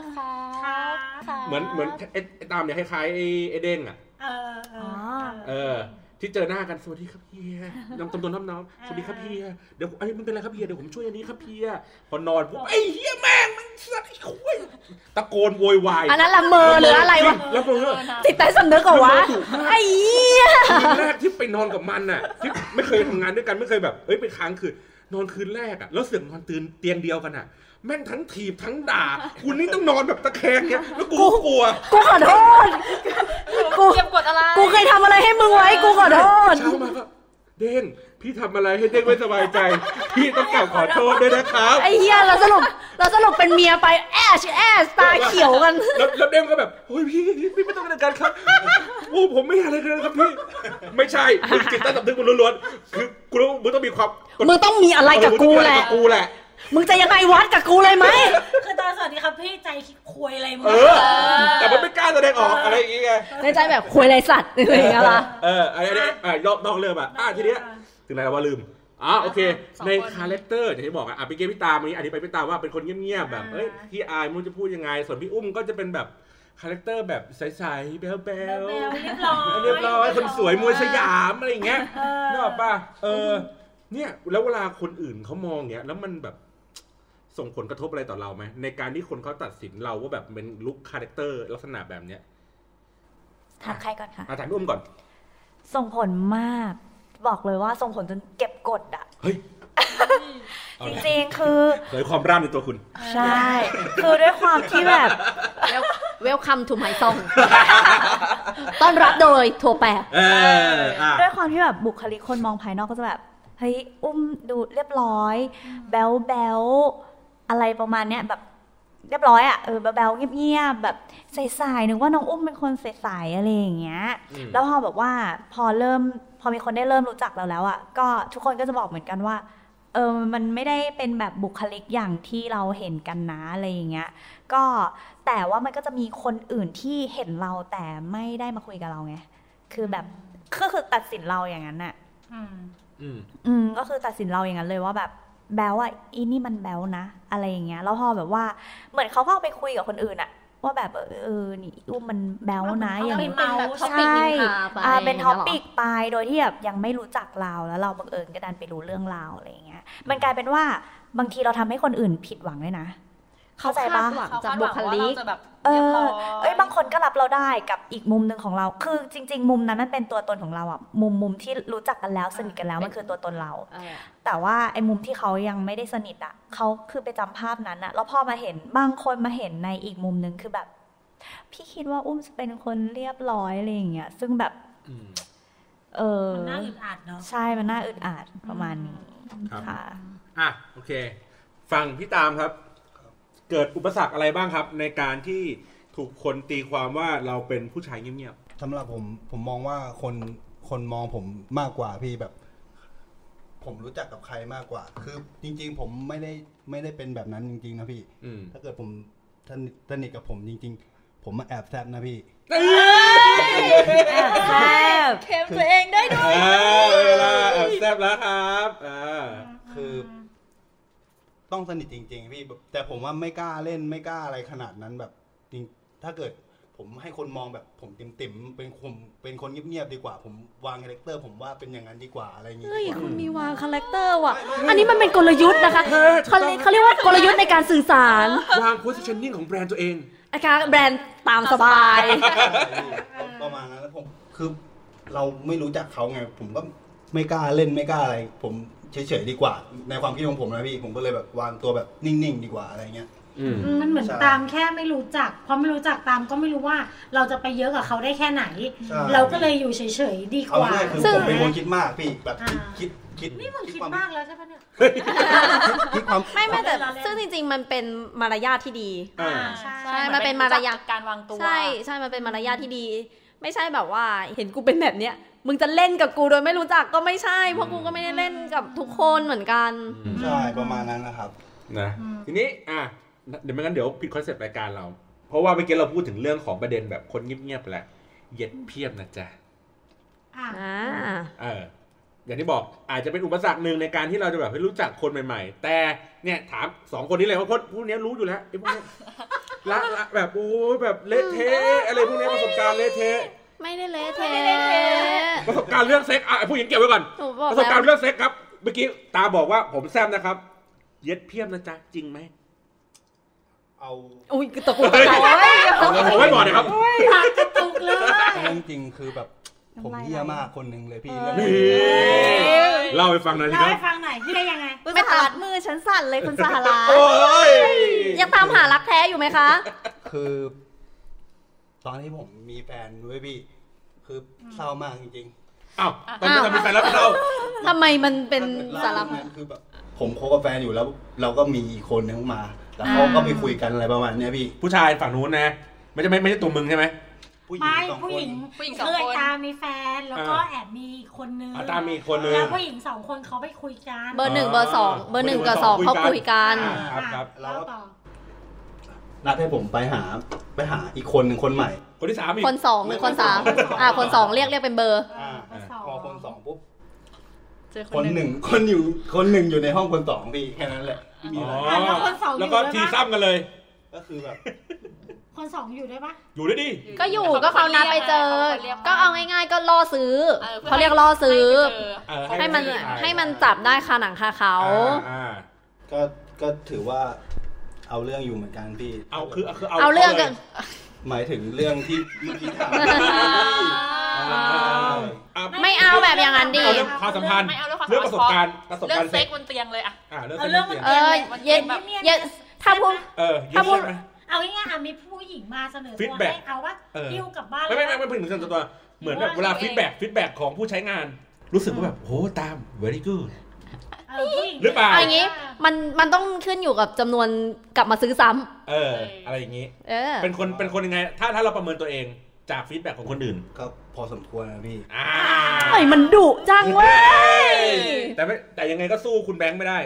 Speaker 6: ครับครับ
Speaker 1: เหมือนเหมือนไอ้ไอ้ตามเนี่ยคล้ายๆไอ้ไอ้เด้งอะ
Speaker 3: เออเออ
Speaker 1: เออที่เจอหน้ากันสวัสดีครับเฮียน้ำตำตัวน้ำน้ำสวัสดีครับเฮียเดี๋ยวผมเอ้ยมันเป็นไรครับเฮียเดี๋ยวผมช่วยอันนี้ครับเฮียพอนอนปุ๊บไอ้เฮียแม่งมันสัตว์ไอ้คุยตะโกนโวยวาย
Speaker 2: อันนั้นละเมอหรืออะไรวะ
Speaker 1: แล้วมึงก็
Speaker 2: จิตใต้สำนึกเหรอวะไอ้เหี้ย
Speaker 1: คืนแรกที่ไปนอนกับมันน่ะที่ไม่เคยทำงานด้วยกันไม่เคยแบบเอ้ยไปค้างคืนนอนคืนแรกอ่ะแล้วเสือกนอนตื่นเตียงเดียวกันอ่ะ แม่งทั้งถีบทั้งด่ากูนี่ต้องนอนแบบตะแคงเนี้ยแล้วกูก็กลัว
Speaker 2: กูขอโทษ กู
Speaker 6: เก็บกดอะไร
Speaker 2: กูเคยทำอะไรให้มึงไว้กูขอโทษ
Speaker 1: เช้ามาก็เด้งพี่ทำอะไรให้เด้งไม่สบายใจ พี่ต้องกล่าวขอโทษด้วยนะครับ
Speaker 2: ไอ้เหี้ยเราสรุปเราสรุปเป็นเมียไปแอชแอชตาเขียวกัน
Speaker 1: แล้วแล้วเด้มก็แบบโอ้ยพี่พี่ไม่ต้องกระกันครับโอ้ผมไม่อะไรเลยครับพี่ ไม่ใช่มึงจิตใต้สำนึกมึงล้วนๆคือกูรู้ว่ามึงต้องมีความ
Speaker 2: มึงต้องมีอะไรกับกูแหละ
Speaker 1: เออมึงต้องมีอไรบกูแหละ
Speaker 2: มึงจะยังไงวัดกับกูเลยไหม
Speaker 3: คือตอนสวัสดีครับพี่ใจคุยอะไรมึง
Speaker 1: เออ แต่มันไม่กล้าแสดงออกอะไรอย่างเงี้ย
Speaker 2: ในใจแบบคุยอะไรสัตว์อะไรอย่างเงี้ยล่ะ
Speaker 1: เออไอ้เนี่ยอ่ะนอกนอกเรื่องอ่ะอ่ะทีเนี้ยถึงไหนแล้วว่าลืมอ๋อโอเค
Speaker 6: สองคน
Speaker 1: ในคาแรคเตอร์อย่างที่บอกอ่ะอ่ะพี่เกมพี่ตามอันนี้อธิบายพี่ตามว่าเป็นคนเงียบๆแบบเอ้ยพี่อายไมึงจะพูดยังไง ส่วนพี่อุ้มก็จะเป็นแบบคาแรคเตอร์แบบใสๆแบ๊ว
Speaker 3: แมว
Speaker 1: ๆ
Speaker 3: เรียบร้อย
Speaker 1: เรียบร้อยคนสวยมวยสยามอะไรอย่างเงี้ย
Speaker 3: เออ
Speaker 1: นึกออกป่ะเออ เนี่ยแล้วเวลาคนอื่นเขามองเนี้ยแล้วมันแบบส่งผลกระทบอะไรต่อเราไหมในการที่คนเขาตัดสินเราว่าแบบเป็นลุคคาแรคเตอร์ลักษณะแบบเนี้ย
Speaker 4: ถามใครก่อนค่ะ
Speaker 1: อาถามพี่อุ้มก่อน
Speaker 4: ส่งผลมาก บอกเลยว่าส่งผลจนเก็บกดอ่ะ
Speaker 1: เฮ้ย
Speaker 4: จริงๆ คือ
Speaker 1: เผยความร่ามในตัวคุณ
Speaker 4: ใช่ คือด้วยความที่แบบ
Speaker 2: เวลคัมทูไมซอง ต้อนรับโดยถั่วแปะ
Speaker 1: เอออ่ะ
Speaker 4: ด้วยความที่แบบบุคลิกคนมองภายนอกก็จะแบบ เฮ้ย อุ้มดูเรียบร้อย แบลแบลอะไรประมาณเนี้ยแบบเรียบร้อยอ่ะเออแบลแบลเงียบๆแบบใสๆนึกว่าน้องอุ้มเป็นคนใสๆอะไรอย่างเงี้ย
Speaker 1: อืม
Speaker 4: แล้วพอแบบว่าพอเริ่มพอมีคนได้เริ่มรู้จักเราแล้วอ่ะก็ทุกคนก็จะบอกเหมือนกันว่า เออมันไม่ได้เป็นแบบบุคลิกอย่างที่เราเห็นกันนะอะไรอย่างเงี้ย ก็แต่ว่ามันก็จะมีคนอื่นที่เห็นเราแต่ไม่ได้มาคุยกับเราไง คือแบบก็คือตัดสินเราอย่างนั้นน่ะ
Speaker 3: อืม
Speaker 1: อืม
Speaker 4: อืมก็คือตัดสินเราอย่างนั้นเลยว่าแบบแบลว่าอีนี่มันแบลนะ อะไรอย่างเงี้ยแล้วพอแบบว่าเหมือนเขาก็เอาไปคุยกับคนอื่นอะว่าแบบเออเออนี่อีอุ้มมันแบลนะ
Speaker 3: เอาไป
Speaker 4: อย่าง
Speaker 2: เป็
Speaker 4: นี้
Speaker 2: นแบบท็อป
Speaker 4: ใช่
Speaker 2: ปิกนินทาไป
Speaker 4: อ่าเป็นท็อป
Speaker 2: ย่าง
Speaker 4: ปิ
Speaker 2: งี้ยหร
Speaker 4: กไปโดยที่แบบยังไม่รู้จักเราแล้วเราบังเอิญก็ดันไปรู้เรื่องราวอะไรอย่างเงี้ย มันกลายเป็นว่าบางทีเราทำให้คนอื่นผิดหวังด้วยนะ เข้าใจปะ
Speaker 2: เขาคาดหวัง
Speaker 6: เขาคาดหวังว่าเราจะแบบ
Speaker 4: เอ
Speaker 6: รียบ
Speaker 4: อ
Speaker 6: ร้ย
Speaker 4: เอ้ยบางคนก็รับเราได้กับอีกมุมหนึ่งของเรา คือจริง ๆ มุมนั้นมันเป็นตัวตนของเราอะมุมมุมที่รู้จักกันแล้วสนิทกันแล้วมันคือตัวตนเรา
Speaker 2: เออ
Speaker 4: แต่ว่าไอ้มุมที่เขายังไม่ได้สนิทอะเขาคือไปจำภาพนั้นอะแล้วพอมาเห็นบางคนมาเห็นในอีกมุมหนึ่งคือแบบ พี่คิดว่าอุ้มจะเป็นคนเรียบร้อยอะไรอย่างเงี้ยซึ่งแบบ
Speaker 1: อืม
Speaker 4: เออ
Speaker 3: มันน่าอึดอัดเนาะ
Speaker 4: ใช่มันน่าอึดอัดประมาณนี้
Speaker 1: ครับ
Speaker 4: ค่ะ
Speaker 1: อ่ะโอเค ฟังพี่ตามครับ เกิดอุปสรรคอะไรบ้างครับ ในการที่ถูกคนตีความว่าเราเป็นผู้ชายเงียบ
Speaker 5: สำหรับผมผมมองว่าคนคนมองผมมากกว่าพี่แบบ ผมรู้จักกับใครมากกว่า คือจริง ๆ ผมไม่ได้ไม่ได้เป็นแบบนั้นจริง ๆ นะพี่
Speaker 1: ๆอืม
Speaker 5: ถ้าเกิดผมสนิทสนิทกับผมจริง ๆ ผมมาแอบแซบนะพี่
Speaker 4: แซบ
Speaker 6: เคมตัวเองได้ด้วย
Speaker 1: อ่าเวลาแอบแซบแล้วครับอ่า
Speaker 5: คืออต้องสนิทจริง ๆ พี่แบบแต่ผมว่าไม่กล้าเล่นไม่กล้าอะไรขนาดนั้นแบบจริงถ้าเกิดผมให้คนมองแบบผมติ่มๆเป็นผมเป็นคนเงียบๆดีกว่า ผมวางคาแรคเตอร์ผมว่าเป็นอย่างนั้นดีกว่าอะไรอย่างงี้
Speaker 2: เฮ้ย
Speaker 5: ดีกว่า
Speaker 2: คุณมีวางคาแรคเตอร์ว่ะ อันนี้มันเป็นกลยุทธ์นะคะเขาเรียกเขาเรียกว่ากลยุทธ์ในการสื่อสาร
Speaker 1: วาง positioning ของแบรนด์ตัวเอง
Speaker 2: อาการแบรนด์ตามสบาย
Speaker 5: ใช่พี่ ประมาณนั้นแล้วผมคือเราไม่รู้จักเขาไง ผมก็ไม่กล้าเล่นไม่กล้าอะไร ผมเฉยๆดีกว่า ในความคิดของผมนะพี่ผมก็เลยแบบวางตัวแบบนิ่งๆดีกว่าอะไรเงี้ย
Speaker 1: อืม
Speaker 3: มันเหมือน
Speaker 5: ใช่
Speaker 3: ตามแค่ไม่รู้จักเพราะไม่รู้จักตามก็ไม่รู้ว่าเราจะไปเยอะกับเขาได้แค่ไหน
Speaker 5: ใช่
Speaker 3: เราก็เลยอยู่เฉยๆดีก
Speaker 5: เอา
Speaker 3: ว่า
Speaker 5: ง่ายๆคือ
Speaker 2: ซึ่ง
Speaker 5: ผมเป็นคนคิดมากพี่แบบคิด
Speaker 3: อ่า
Speaker 5: คิดคิด
Speaker 3: นี่มึงคิด
Speaker 5: วาม
Speaker 3: ากแล้วใช่ปะเนี่ย
Speaker 5: คิดความ
Speaker 2: ไม่ไม่แต่
Speaker 3: เราเล่น
Speaker 2: ซึ่งจริง ๆ มันเป็นมารยาทที่ดี
Speaker 1: อ่า
Speaker 3: ใช่
Speaker 2: ใช่มันเป็นมารยาท
Speaker 6: การวางตัว
Speaker 2: ใช่ใช่มันเป็นมารยาทที่ดี ไม่ใช่แบบว่า เห็นกูเป็นแบบเนี้ยมึงจะเล่นกับกูโดยไม่รู้จักก็ไม่ใช่เพราะกูก็ไม่ได้เล่นกับทุกคนเหมือนกัน
Speaker 5: ใช่ประมาณนั้นนะครับ
Speaker 1: นะ
Speaker 3: อืม
Speaker 1: ทีนี้อ่ะเดี๋ยวไม่งั้นเดี๋ยวผิดคอนเซปต์รายการเรา เพราะว่าเมื่อกี้เราพูดถึงเรื่องของประเด็นแบบคนเงียบๆไปแล้วเหย็ดเพียบนะจ๊ะ
Speaker 3: อ่ะ
Speaker 2: อ่า
Speaker 1: เอออย่างที่บอกอาจจะเป็นอุปสรรคหนึ่งในการที่เราจะแบบให้รู้จักคนใหม่ ๆ แต่เนี่ยถามสองคนนี้เลยว่าพวกพวกเนี้ยรู้อยู่แล้วไอ้พวกเนี้ย ละละแบบโอ้ยแบบเละเทะอะไรพวกเนี้ยประสบการณ์เละเทะ
Speaker 2: ไม่ได้เละเทะ
Speaker 1: ประสบการณ์เรื่องเซ็กอ่ะไอ้ผู้หญิงเก็บไว้ก่อน
Speaker 2: หนูบอก
Speaker 1: ประสบ
Speaker 2: แล้
Speaker 1: การ
Speaker 2: ว
Speaker 1: ณ์เรื่องเซ็กครับเมื่อกี้ตาบอกว่าผมแซมนะครับเย็ดเพียบนะจ๊ะจริงไหม
Speaker 5: เอา
Speaker 2: อุ้ยตะกุกตะกัก
Speaker 1: ผมไว้ก่อนนะครับ
Speaker 3: ปากกระตุกเลย
Speaker 5: เรื่องจริงคือแบบผมเหี้ยมากคนหนึ่งเลยพี่เรื่อง
Speaker 1: นี่
Speaker 5: นี้
Speaker 1: เล่าให้ฟังหน่อยสิค
Speaker 3: เล่า
Speaker 1: รับ
Speaker 3: ให้ฟังหน่อยที่ได้ยังไง
Speaker 4: ไม่ตัดมือฉันสั่นเลยคุณสหรัฐ
Speaker 1: โอ้ย
Speaker 2: ยังตามหารักแท้อยู่ไหมคะ
Speaker 5: คือ ตอนที่ผมมีแฟนด้วยพี่ คือเศร้ามากจริงๆ
Speaker 1: อ้าวตอนนี้ทำเป็นแฟนแล้วเรา
Speaker 2: ทำไมมันเป็นสารพัด
Speaker 5: คือแบบผมคบกับแฟนอยู่แล้ว เราก็มีอีกคนนึงมา แล้วเขาก็ไปคุยกันอะไรประมาณเนี้ยพี่
Speaker 1: ผู้ชายฝั่งนู้นนะไม่ใช่ไม่ไม่ใช่ตัวมึงใช่ไหม
Speaker 3: ไม่
Speaker 5: สอง
Speaker 3: ผู้
Speaker 5: ค
Speaker 3: ห
Speaker 5: น
Speaker 3: ญิง
Speaker 6: ผู้หญิงสอง
Speaker 3: เคย
Speaker 6: คน
Speaker 3: ตามมีแฟนแล้วก็
Speaker 1: อ่า
Speaker 3: แอบมีอีกคนนึง
Speaker 1: อ่ะตามมีอีกคนนึง
Speaker 3: แล้วผู้หญิงสองคนเขาไปคุยกัน
Speaker 2: เบอร์หนึ่งเบอร์สองเบอร์หนึ่งกับสองเขาคุยกัน
Speaker 1: อ่าครับครับ
Speaker 3: อ่ะเล่าต่อ
Speaker 5: นัดให้ผมไปหาไปหาอีกคนหนึ่งคนใหม่
Speaker 1: คนที่สามอีก
Speaker 2: คนสองหรือคนสามอ่าคนสองเรียกเรียกเป็นเบอร์
Speaker 5: อ่า
Speaker 3: เบอร์สอง
Speaker 5: พอคนสองปุ๊บ
Speaker 6: เจอ
Speaker 5: คนหนึ่งคนอยู่คนหนึ่งอยู่ในห้องคนสองพี่แค่นั้นแหละไม่มีอะไร
Speaker 1: อ๋อ
Speaker 3: แล้วคนสองอยู่
Speaker 1: แล้วก็
Speaker 3: ด้วยปะ
Speaker 1: ทีซ้ำกันเลย
Speaker 5: ก็คือแบบ
Speaker 3: คนสองอยู่ด้วยปะ
Speaker 1: อยู่ด้วยดิ
Speaker 2: ก็อยู่ก็เขานัดไปเจอ ก็เอาง่ายๆก็ล่อซื้อ เขาเรียกล่อซื้อ
Speaker 1: เออ
Speaker 2: ให้มันให้มันจับได้คาหนังคาเขา
Speaker 1: อ่า
Speaker 5: ก็ก็ถือว่า เอาเรื่องอยู่เหมือนกันพี่
Speaker 1: เอาคือคือเอา
Speaker 2: เอาเรื่องกัน
Speaker 5: หมายถึงเรื่องที่เมื่อกี้ถาม
Speaker 1: อ่าอ่ะ
Speaker 2: ไม่เอาแบบอย่างนั้นดิ
Speaker 1: เอาเรื่องความสัมพันธ์
Speaker 6: ไม่เอาเรื่องความ
Speaker 1: เรื่องประส
Speaker 6: สั
Speaker 1: บ
Speaker 6: ม
Speaker 1: กา
Speaker 6: พั
Speaker 1: ร
Speaker 6: นธ์
Speaker 1: ณ์ประส
Speaker 6: เรื่อก
Speaker 1: บาง รณ์
Speaker 6: เซ็
Speaker 1: เซ็
Speaker 6: ก
Speaker 1: ก
Speaker 6: บนเตียงเลยอะ
Speaker 1: อ่าเรื่องเซ็ก
Speaker 3: เอาเรื่อง
Speaker 1: เรื่องเตียง
Speaker 2: เออเย็นเย็นถ้าพูด
Speaker 1: เออเย็น
Speaker 2: ถ้าพูด
Speaker 1: ใช่ไหม
Speaker 3: เอาง่ายๆอ่ะมีผู้หญิงมาเสนอตัว
Speaker 1: Feedback
Speaker 3: ให้เอาว่า
Speaker 1: เออ
Speaker 3: ยิ้วกลับบ้าน
Speaker 1: ไม่
Speaker 3: แล้ว
Speaker 1: ไม่ไม่ไม่เป็นถึงตัวตัวเหมือนแบบเวลา
Speaker 6: ว่าเอง
Speaker 1: ฟีดแบ็กฟีดแบ็กของผู้ใช้งาน รู้สึกว่าแบบโหตาม very good
Speaker 3: เออผู้ญิง
Speaker 1: หรือเปล่า
Speaker 2: เอาอย่างนี้ มันมันต้องขึ้นอยู่กับจำนวนกลับมาซื้อซ้ำ
Speaker 1: เออ อะไรอย่างงี้
Speaker 2: เออ
Speaker 1: เป็นคนเป็นคนยังไง ถ้าถ้าเราประเมินตัวเองจากฟีดแบ็กของคนอื่น
Speaker 5: ก็พอสมควรนะพี่
Speaker 1: อ่า
Speaker 2: เอ้ยมันดุจังเว้ย
Speaker 1: แต่ไม่แต่ยังไงก็สู้คุณแบงค์ไม่ได้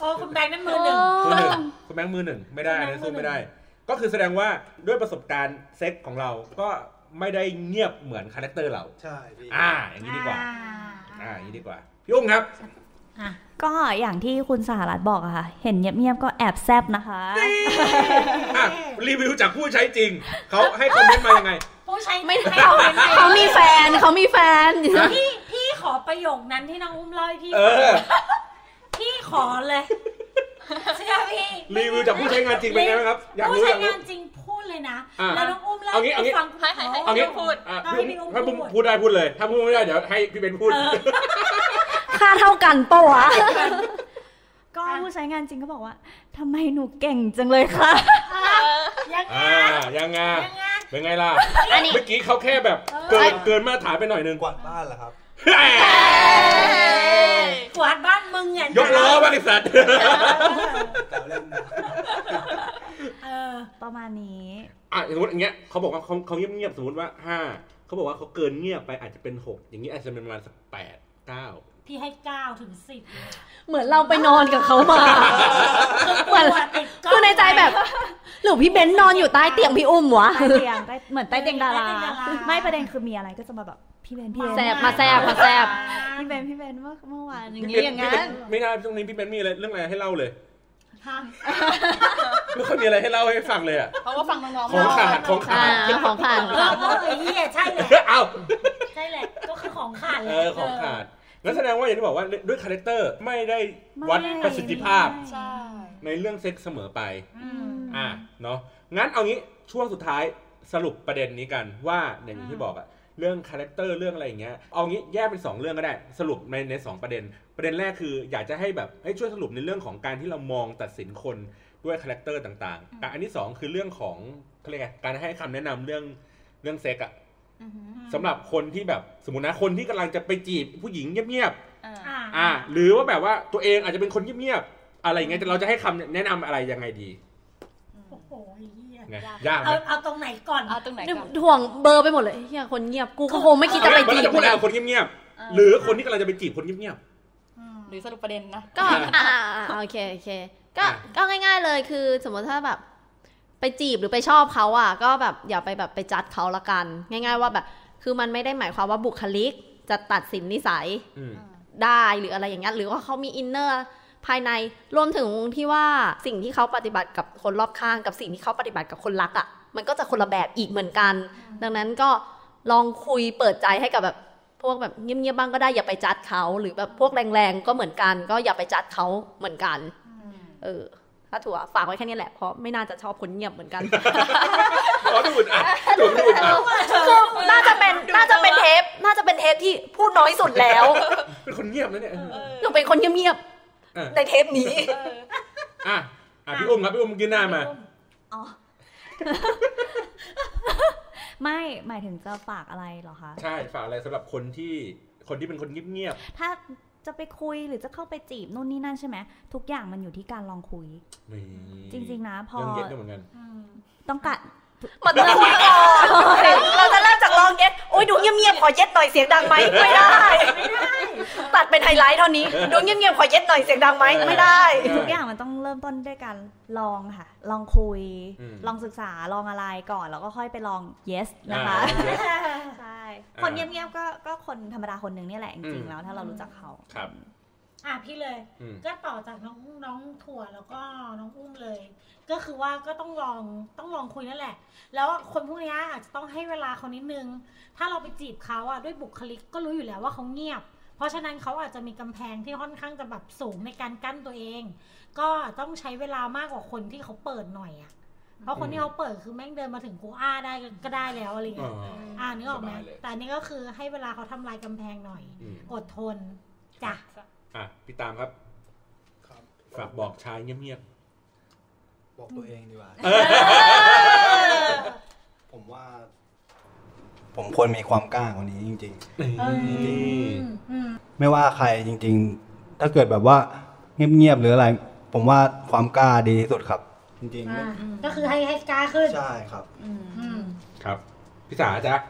Speaker 3: โอ้คุณแบงค์นั่นมือหนึ่ง
Speaker 1: มือหนึ่งคุณแบงค์มือหนึ่งไม่ได้อันนั้น
Speaker 3: คุณแบงค์
Speaker 1: สู้ไม่ได้
Speaker 3: มือหนึ่
Speaker 1: ก็คือแสดงว่าด้วยประสบการณ์เซ็กของเราก็ไม่ได้เงียบเหมือนคาแรคเตอร์เรา
Speaker 5: ใช่พี่
Speaker 1: อ่า อย่างนี้ดีกว่า
Speaker 3: อ่
Speaker 1: อ่าอย่างนี้ดีกว่าพี่อุ้มครับ
Speaker 3: อ่ะ
Speaker 4: ก็อย่างที่คุณสหรัฐบอกอะค่ะ เห็นเงียบๆก็แอบแซบนะคะ
Speaker 1: อ่ะรีวิวจากผู้ใช้จริง เขาให้คอมเมนต์มายังไง
Speaker 3: ผู้ใช้
Speaker 2: ไม่
Speaker 3: ให้คอมเมนต์
Speaker 2: เขามีแฟนเขามีแฟน
Speaker 3: พี่พี่ขอประโยคนั้นที่น้องอุ้มเล่าให้พี่
Speaker 1: เออ
Speaker 3: พี่ขอเลยเชื่อพี่
Speaker 1: รีวิวจากผู้ใช้งานจริงเป็นไงบ้างครับ อยาก
Speaker 3: ผู้
Speaker 1: รู้
Speaker 3: ใช้
Speaker 1: อยากรู้
Speaker 3: งานจริงพูดเลยนะ
Speaker 1: อ่ะ
Speaker 3: แล้วน้องอุ้มเล่า
Speaker 1: เอางี้เอา
Speaker 3: ให้
Speaker 1: งี้
Speaker 3: ฟัง
Speaker 6: ให้ให้ให้
Speaker 1: เอางี้
Speaker 6: พี่อุ้มพูด
Speaker 1: อ่ะ
Speaker 3: เอาให้พี่อุ้ม
Speaker 1: ถ้าพี่อุ้ม
Speaker 3: พู
Speaker 1: พู
Speaker 3: ด
Speaker 1: ดได้พูดเลย ถ้าพูดไม่ได้เดี๋ยวให้พี่เบนพูด
Speaker 3: เออ
Speaker 2: ค่าเท่ากันปะวะ
Speaker 4: ก็ผู้ใช้งานจริงก็บอกว่าทำไมหนูเก่งจังเลยค่ะ
Speaker 3: ยังไง
Speaker 1: อ่ายังไง
Speaker 3: ยังไง
Speaker 1: เป็นไงล่ะ
Speaker 2: อันนี้
Speaker 1: เมื่อกี้เขาแค่แบบเกิน
Speaker 5: เออ
Speaker 1: เกินมาตรฐานไปหน่อยนึง
Speaker 5: กวาดบ้านเหรอครับ
Speaker 3: กวาดบ้านมึงเนี่ย
Speaker 1: ยกล้อบ้างไอ้สัตว์
Speaker 5: แต่เล่นนะ
Speaker 3: เออ
Speaker 4: ประมาณนี้
Speaker 1: อ่ะสมมติอย่างเงี้ยเขาบอกว่าเขาเขาเงียบๆสมมติว่าห้าเขาบอกว่าเขาเกินเงียบไปอาจจะเป็นหกอย่างนี้อาจจะเป็นประมาณสักแปดเก้า
Speaker 3: พี่ให้เก้าถึงสิบ
Speaker 2: เหมือนเราไปนอนกับเขา มาเหมือนคือในใจแบบหรือพี่เบนซ์นอนอยู่ใต้เตียงพี่อุ้มวะ
Speaker 4: ใต้เตียงใต้เหมือนใต้เตียงดาราไม่ประเด็นคือมีอะไรก็จะมาแบบพี่เบนพี่เบน
Speaker 2: แซบมาแซบมาแซบ
Speaker 4: พี่เบนพี่เบนเมื่อเมื่อวานอย่าง
Speaker 1: พี่
Speaker 4: นี้
Speaker 1: เป็
Speaker 4: อย่าง
Speaker 1: พี่
Speaker 4: นั้
Speaker 1: เป็น ไม่น่าช่วงนี้พี่เป็นมีอะไรเรื่องอะไรให้เล่าเลย
Speaker 3: ฮะ
Speaker 1: ไม่ค่อยมีอะไรให้เล่าให้ฟังเลยอ่ะ
Speaker 6: เพราะว่าฟังน้องๆ
Speaker 1: ของ
Speaker 6: เล่
Speaker 1: ขาดของ
Speaker 2: อ่า
Speaker 1: ขาด
Speaker 2: ของผ่าน
Speaker 3: เออเออไอ้เหี้ยใช่แหละ
Speaker 1: เอ้า
Speaker 3: ใช่แหละ ก็คือของขาดแห
Speaker 1: เอ
Speaker 3: ละ
Speaker 1: อของขาดนั่นแสดงว่าอย่างที่บอกว่าด้วยคาแรคเตอร์ไม่ได้วัด
Speaker 4: ไม่
Speaker 1: ประสิทธิภาพ
Speaker 4: ไม่
Speaker 6: ใช่
Speaker 1: ในเรื่องเซ็กส์เสมอไป
Speaker 3: อืม
Speaker 1: อ่ะเนาะงั้นเอางี้ช่วงสุดท้ายสรุปประเด็นนี้กันว่าอย่างที่บอกอะเรื่องคาแรคเตอร์เรื่องอะไรอย่างเงี้ยเอางี้แยกเป็นสองเรื่องก็ได้ สรุปในในสองประเด็น ประเด็นแรกคือ อยากจะให้แบบให้ช่วยสรุปในเรื่องของการที่เรามองตัดสินคนด้วยคาแรคเตอร์ต่างๆแต่อันที่สองคือเรื่องของเขาเรียกไงการให้คำแนะนำเรื่องเรื่องเซ็กอะสำหรับคนที่แบบสมมตินะคนที่กำลังจะไปจีบผู้หญิงเงียบๆอ่ะหรือว่าแบบว่าตัวเองอาจจะเป็นคนเงียบๆอะไรอย่างเงี้ยแต่เราจะให้คำแนะนำอะไรยังไงดี
Speaker 3: โอ้โหไอ้เหี้ย
Speaker 1: ไง
Speaker 6: ยาก
Speaker 1: ยากไหม
Speaker 3: เอาเอาตรงไหนก่อน
Speaker 6: เอาตรงไหนก่อน
Speaker 2: ถ่วงเบอร์ไปหมดเลยเฮียคนเงียบกูก็คงไม่คิดจะไปจีบ
Speaker 1: เราพูดอะไรกับคนเงียบ
Speaker 6: เออ
Speaker 1: ๆ หรือคนที่กำลังจะไปจีบคนเงียบ
Speaker 6: หรือสรุปประเด็นนะ
Speaker 2: ก็อ่าอ่าโอเคโอเคก็
Speaker 1: อ่ะ
Speaker 2: ก็ง่าย ๆเลยคือสมมติถ้าแบบ ไปจีบหรือไปชอบเขาอ่ะ ก็แบบอย่าไปแบบไปจัดเขาละกัน ง่าย ๆ ว่าแบบ คือมันไม่ได้หมายความว่าบุคลิก จะตัดสินนิสัย
Speaker 1: ๆอืม
Speaker 2: ได้หรืออะไรอย่างเงี้ยหรือว่าเขามีอินเนอร์ภายในรวมถึงที่ว่าสิ่งที่เขาปฏิบัติกับคนรอบข้างกับสิ่งที่เขาปฏิบัติกับคนรักอะ่ะ มันก็จะคนละแบบอีกเหมือนกัน ดังนั้นก็ลองคุยเปิดใจให้กับแบบพวกแบบเงียบๆบ้างก็ได้อย่าไปจัดเขาหรือแบบพวกแรงๆก็เหมือนกัน ก็อย่าไปจัดเขาเหมือนกัน เออถ้าถั่วฝากไว้แค่นี้แหละเพราะไม่น่าจะชอบคนเงียบเหมือน กัน
Speaker 1: อ๋อดูอุ่นอ่ะดูอุ่นอ่ะ
Speaker 2: คือน่าจะเป็นน่าจะเป็นเทปน่าจะเป็นเทปที่พูดน้อยสุดแล้ว
Speaker 1: เป็นคนเงียบนะเนี่ย
Speaker 2: หนูเป็นคนเงียบ
Speaker 1: เออ
Speaker 2: ๆในเทปนี้
Speaker 1: อ่ะอ่ะพี่อุ้มครับพี่อุ้มยื่นหน้ามา
Speaker 4: ไม่หมายถึงจะฝากอะไรเหรอคะ
Speaker 1: ใช่ฝากอะไรสำหรับคนที่คนที่เป็นคนเงียบ
Speaker 4: ถ้าจะไปคุยหรือจะเข้าไปจีบนู่นนี่นั่นใช่ไหมทุกอย่างมันอยู่ที่การลองคุย
Speaker 1: ๆนี่
Speaker 4: จริง ๆ นะพอ
Speaker 1: เรื่องเย็ดด้วยเหมือนกัน
Speaker 4: ต้องการ
Speaker 2: มันจะคุยก่อนเราจะเริ่มจากลองเย็ดโอ้ยดูเงียบๆ ขอเย็ดหน่อยเสียงดังไหมไม่ได้ ตัดเป็นไฮไลท์เท่านี้ ดูเงียบๆ ขอเย็ดหน่อยเสียงดังไหมไม่ได้
Speaker 4: ทุกอย่างมันต้องเริ่มต้นด้วยการลองค่ะ ลองคุย
Speaker 1: ม
Speaker 4: ลองศึกษาลองอะไรก่อนแล้วก็ค่อยไปลอง yes
Speaker 1: อ่
Speaker 4: นะคะ
Speaker 1: เย็ด
Speaker 4: ใช่
Speaker 1: อ่า
Speaker 4: คนเงียบๆก็ก็คนธรรมดาคนหนึ่งเนี่ยแหละจ
Speaker 1: อื
Speaker 4: ริ
Speaker 1: ม
Speaker 4: งๆแล้วถ้าเรารู้จักเขา
Speaker 1: ครับ
Speaker 3: อ่ะพี่เลย
Speaker 1: อืม
Speaker 3: ก็ต่อจากน้องน้องถั่วแล้วก็น้องอุ้มเลย ก็คือว่าก็ต้องลองต้องลองคุยนั่นแหละ แล้วคนพวกเนี้ยอาจจะต้องให้เวลาเขานิดนึง ถ้าเราไปจีบเขาอะด้วยบุคลิกก็รู้อยู่แล้วว่าเขาเงียบ เพราะฉะนั้นเขาอาจจะมีกำแพงที่ค่อนข้างจะแบบสูงในการกั้นตัวเอง ก็ต้องใช้เวลามากกว่าคนที่เขาเปิดหน่อยอะเพราะคนที่เขาเปิดคือแม่งเดินมาถึงกูอ้าได้ก็ได้แล้วอะไรอย่าง
Speaker 1: อ๋อ
Speaker 3: เงี้ยอ่านึกออกไหม
Speaker 1: สบายเลย
Speaker 3: แต่อันนี่ก็คือให้เวลาเขาทำลายกำแพงหน่อย
Speaker 1: อืม
Speaker 3: อดทนจ้ะ
Speaker 1: อ่ะพี่ตามครับ
Speaker 5: ครับ
Speaker 1: ฝากบอกชายเงียบ
Speaker 5: บอกตัวเองดีกว่า ผมว่า ผมควรมีความกล้ากว่านี้จริง
Speaker 1: ๆนี่
Speaker 5: ๆ ไม่ว่าใครจริง ๆ ถ้าเกิดแบบว่าเงียบๆหรืออะไร ผมว่าความกล้าดีที่สุดครับ จริงๆไม่
Speaker 3: อ่าก็คือให้ให้กล้าขึ้น
Speaker 5: ใช่ครับ
Speaker 3: อืม
Speaker 1: ครับพี่สาจ๊ะ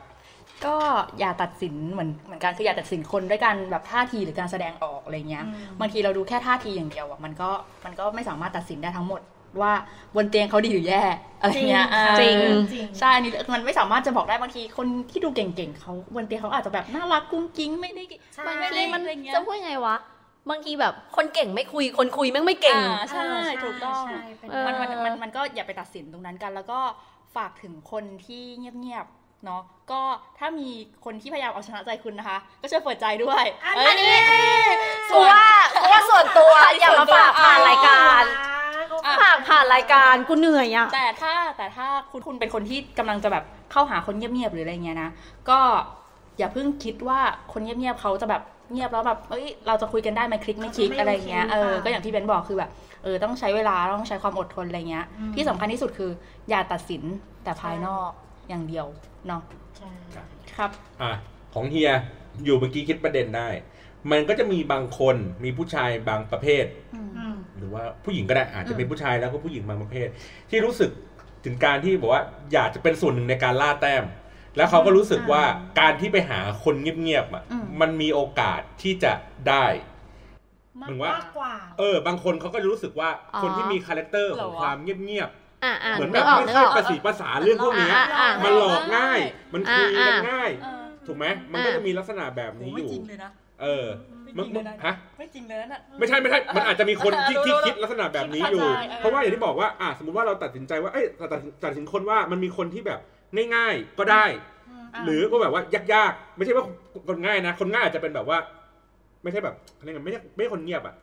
Speaker 6: ก็อย่าตัดสินเหมือนเหมือนกันคืออย่าตัดสินคนด้วยการแบบท่าทีหรือการแสดงออกอะไรเงี้ยบางทีเราดูแค่ท่าทีอย่างเดียวอะมันก็มันก็ไม่สามารถตัดสินได้ทั้งหมด ว่าบนเตียงเขาดีหรือแย่อะไรเงี้ยอ่า
Speaker 2: จริง
Speaker 3: จริง
Speaker 6: ใช่อันนี้มันไม่สามารถจะบอกได้บางทีคนที่ดูเก่งๆเขาบนเตียงเขาอาจจะแบบน่ารักกุ้งกิ้งไม่ได้
Speaker 3: ใช่
Speaker 6: มัน
Speaker 2: บา
Speaker 6: ไม่
Speaker 2: งที
Speaker 6: ได้
Speaker 2: มัน
Speaker 6: อะไรเงี้ย
Speaker 2: จะพูดยังไงวะ บางทีแบบคนเก่งไม่คุยคนคุยแม่งไม่เก่ง
Speaker 6: อ่าใช่ถูกต้อง
Speaker 3: ใช่เป็น
Speaker 2: เออ
Speaker 6: มันมันมันมันก็อย่าไปตัดสินตรงนั้นกัน แล้วก็ฝากถึงคนที่เงียบๆเนาะก็ถ้ามีคนที่พยายามเอาชนะใจคุณนะคะ ก็ช่วยเปิดใจด้วย
Speaker 3: อันนี้
Speaker 6: เย
Speaker 2: เพราะว่าเพราะว่าส่วนตัวอย่ามาฝากผ่านรายการ
Speaker 3: อ่ะ
Speaker 2: ฝากผ่านรายการกูเหนื่อยอ่ะ
Speaker 6: แต่ถ้าแต่ถ้าคุณคุณเป็นคนที่กำลังจะแบบเข้าหาคนเงียบๆหรืออะไรเงี้ยนะก็อย่าเพิ่งคิดว่าคนเงียบๆเขาจะแบบเงียบแล้วแบบเอ้ยเราจะคุยกันได้ไหมคลิกไม่คลิกอะไรเงี้ยเออก็อย่างที่เบนบอกคือแบบเออต้องใช้เวลาต้องใช้ความอดทนอะไรเงี้ย ที่สำคัญที่สุดคืออย่าตัดสินแต่ภายนอกอย่างเดียวเนาะ
Speaker 3: ใช่
Speaker 6: ครับ
Speaker 1: อ่ะของเฮียอยู่เมื่อกี้คิดประเด็นได้ มันก็จะมีบางคนมีผู้ชายบางประเภท
Speaker 3: อืม
Speaker 1: หรือว่าผู้หญิงก็ได้อาจจะเป็นผู้ชายแล้วก็ผู้หญิงบางประเภท ที่รู้สึกถึงการที่บอกว่าอยากจะเป็นส่วนหนึ่งในการล่าแต้ม แล้วเขาก็รู้สึกว่าการที่ไปหาคนเงียบๆอ่ะมันมีโอกาสที่จะได้ มึงว่า
Speaker 3: มากกว่า
Speaker 1: เออบางคนเขาก็รู้สึกว่า
Speaker 2: อ๋อ
Speaker 1: คนที่มีคาแรคเตอร์ของความเงียบ
Speaker 2: อ่ะอ่ะ
Speaker 1: ๆเหมือนแบ
Speaker 2: นึ
Speaker 1: บ
Speaker 2: กออก
Speaker 1: ไม่
Speaker 2: นึก
Speaker 1: ค่
Speaker 2: อ
Speaker 1: อย
Speaker 2: อก
Speaker 1: ประสีประสานเรื่องพวกเนี้ย
Speaker 2: อ่ะอ่ะ
Speaker 1: มันหลอกง่าย มันคุยกัน
Speaker 2: อ่ะอ่ะ
Speaker 1: ง่าย
Speaker 6: เออ
Speaker 1: ถูกไหมมันก็จะมีลักษณะแบบนี้
Speaker 6: ไม่
Speaker 1: อยู่
Speaker 6: จริงเลยนะ
Speaker 1: เออ
Speaker 6: ไม่
Speaker 1: มึง
Speaker 6: จริงเลยนะ
Speaker 1: ฮะ
Speaker 6: ไม่จริงเลยนะ
Speaker 1: ไม่ใช่ไม่ใช่ มันอาจจะมีคนที่
Speaker 6: เออ
Speaker 1: ที่
Speaker 6: รู้ๆ
Speaker 1: คิดลักษณะแบบนี้อยู่
Speaker 6: คิดเข้าใจเออ
Speaker 1: เพราะว่าอย่างที่บอกว่าอ่ะสมมติว่าเราตัดสินใจว่า เอ้ยตัดตัดตัดสินคนว่ามันมีคนที่แบบง่าย ๆ ก็ได้ หรือก็แบบว่ายากๆ ไม่ใช่ว่าคนง่ายนะ คนง่ายอาจจะเป็นแบบว่า ไม่ใช่แบบอะไรเงี้ยไม่ใช่ไม่ใช่คนเงียบอ่ะ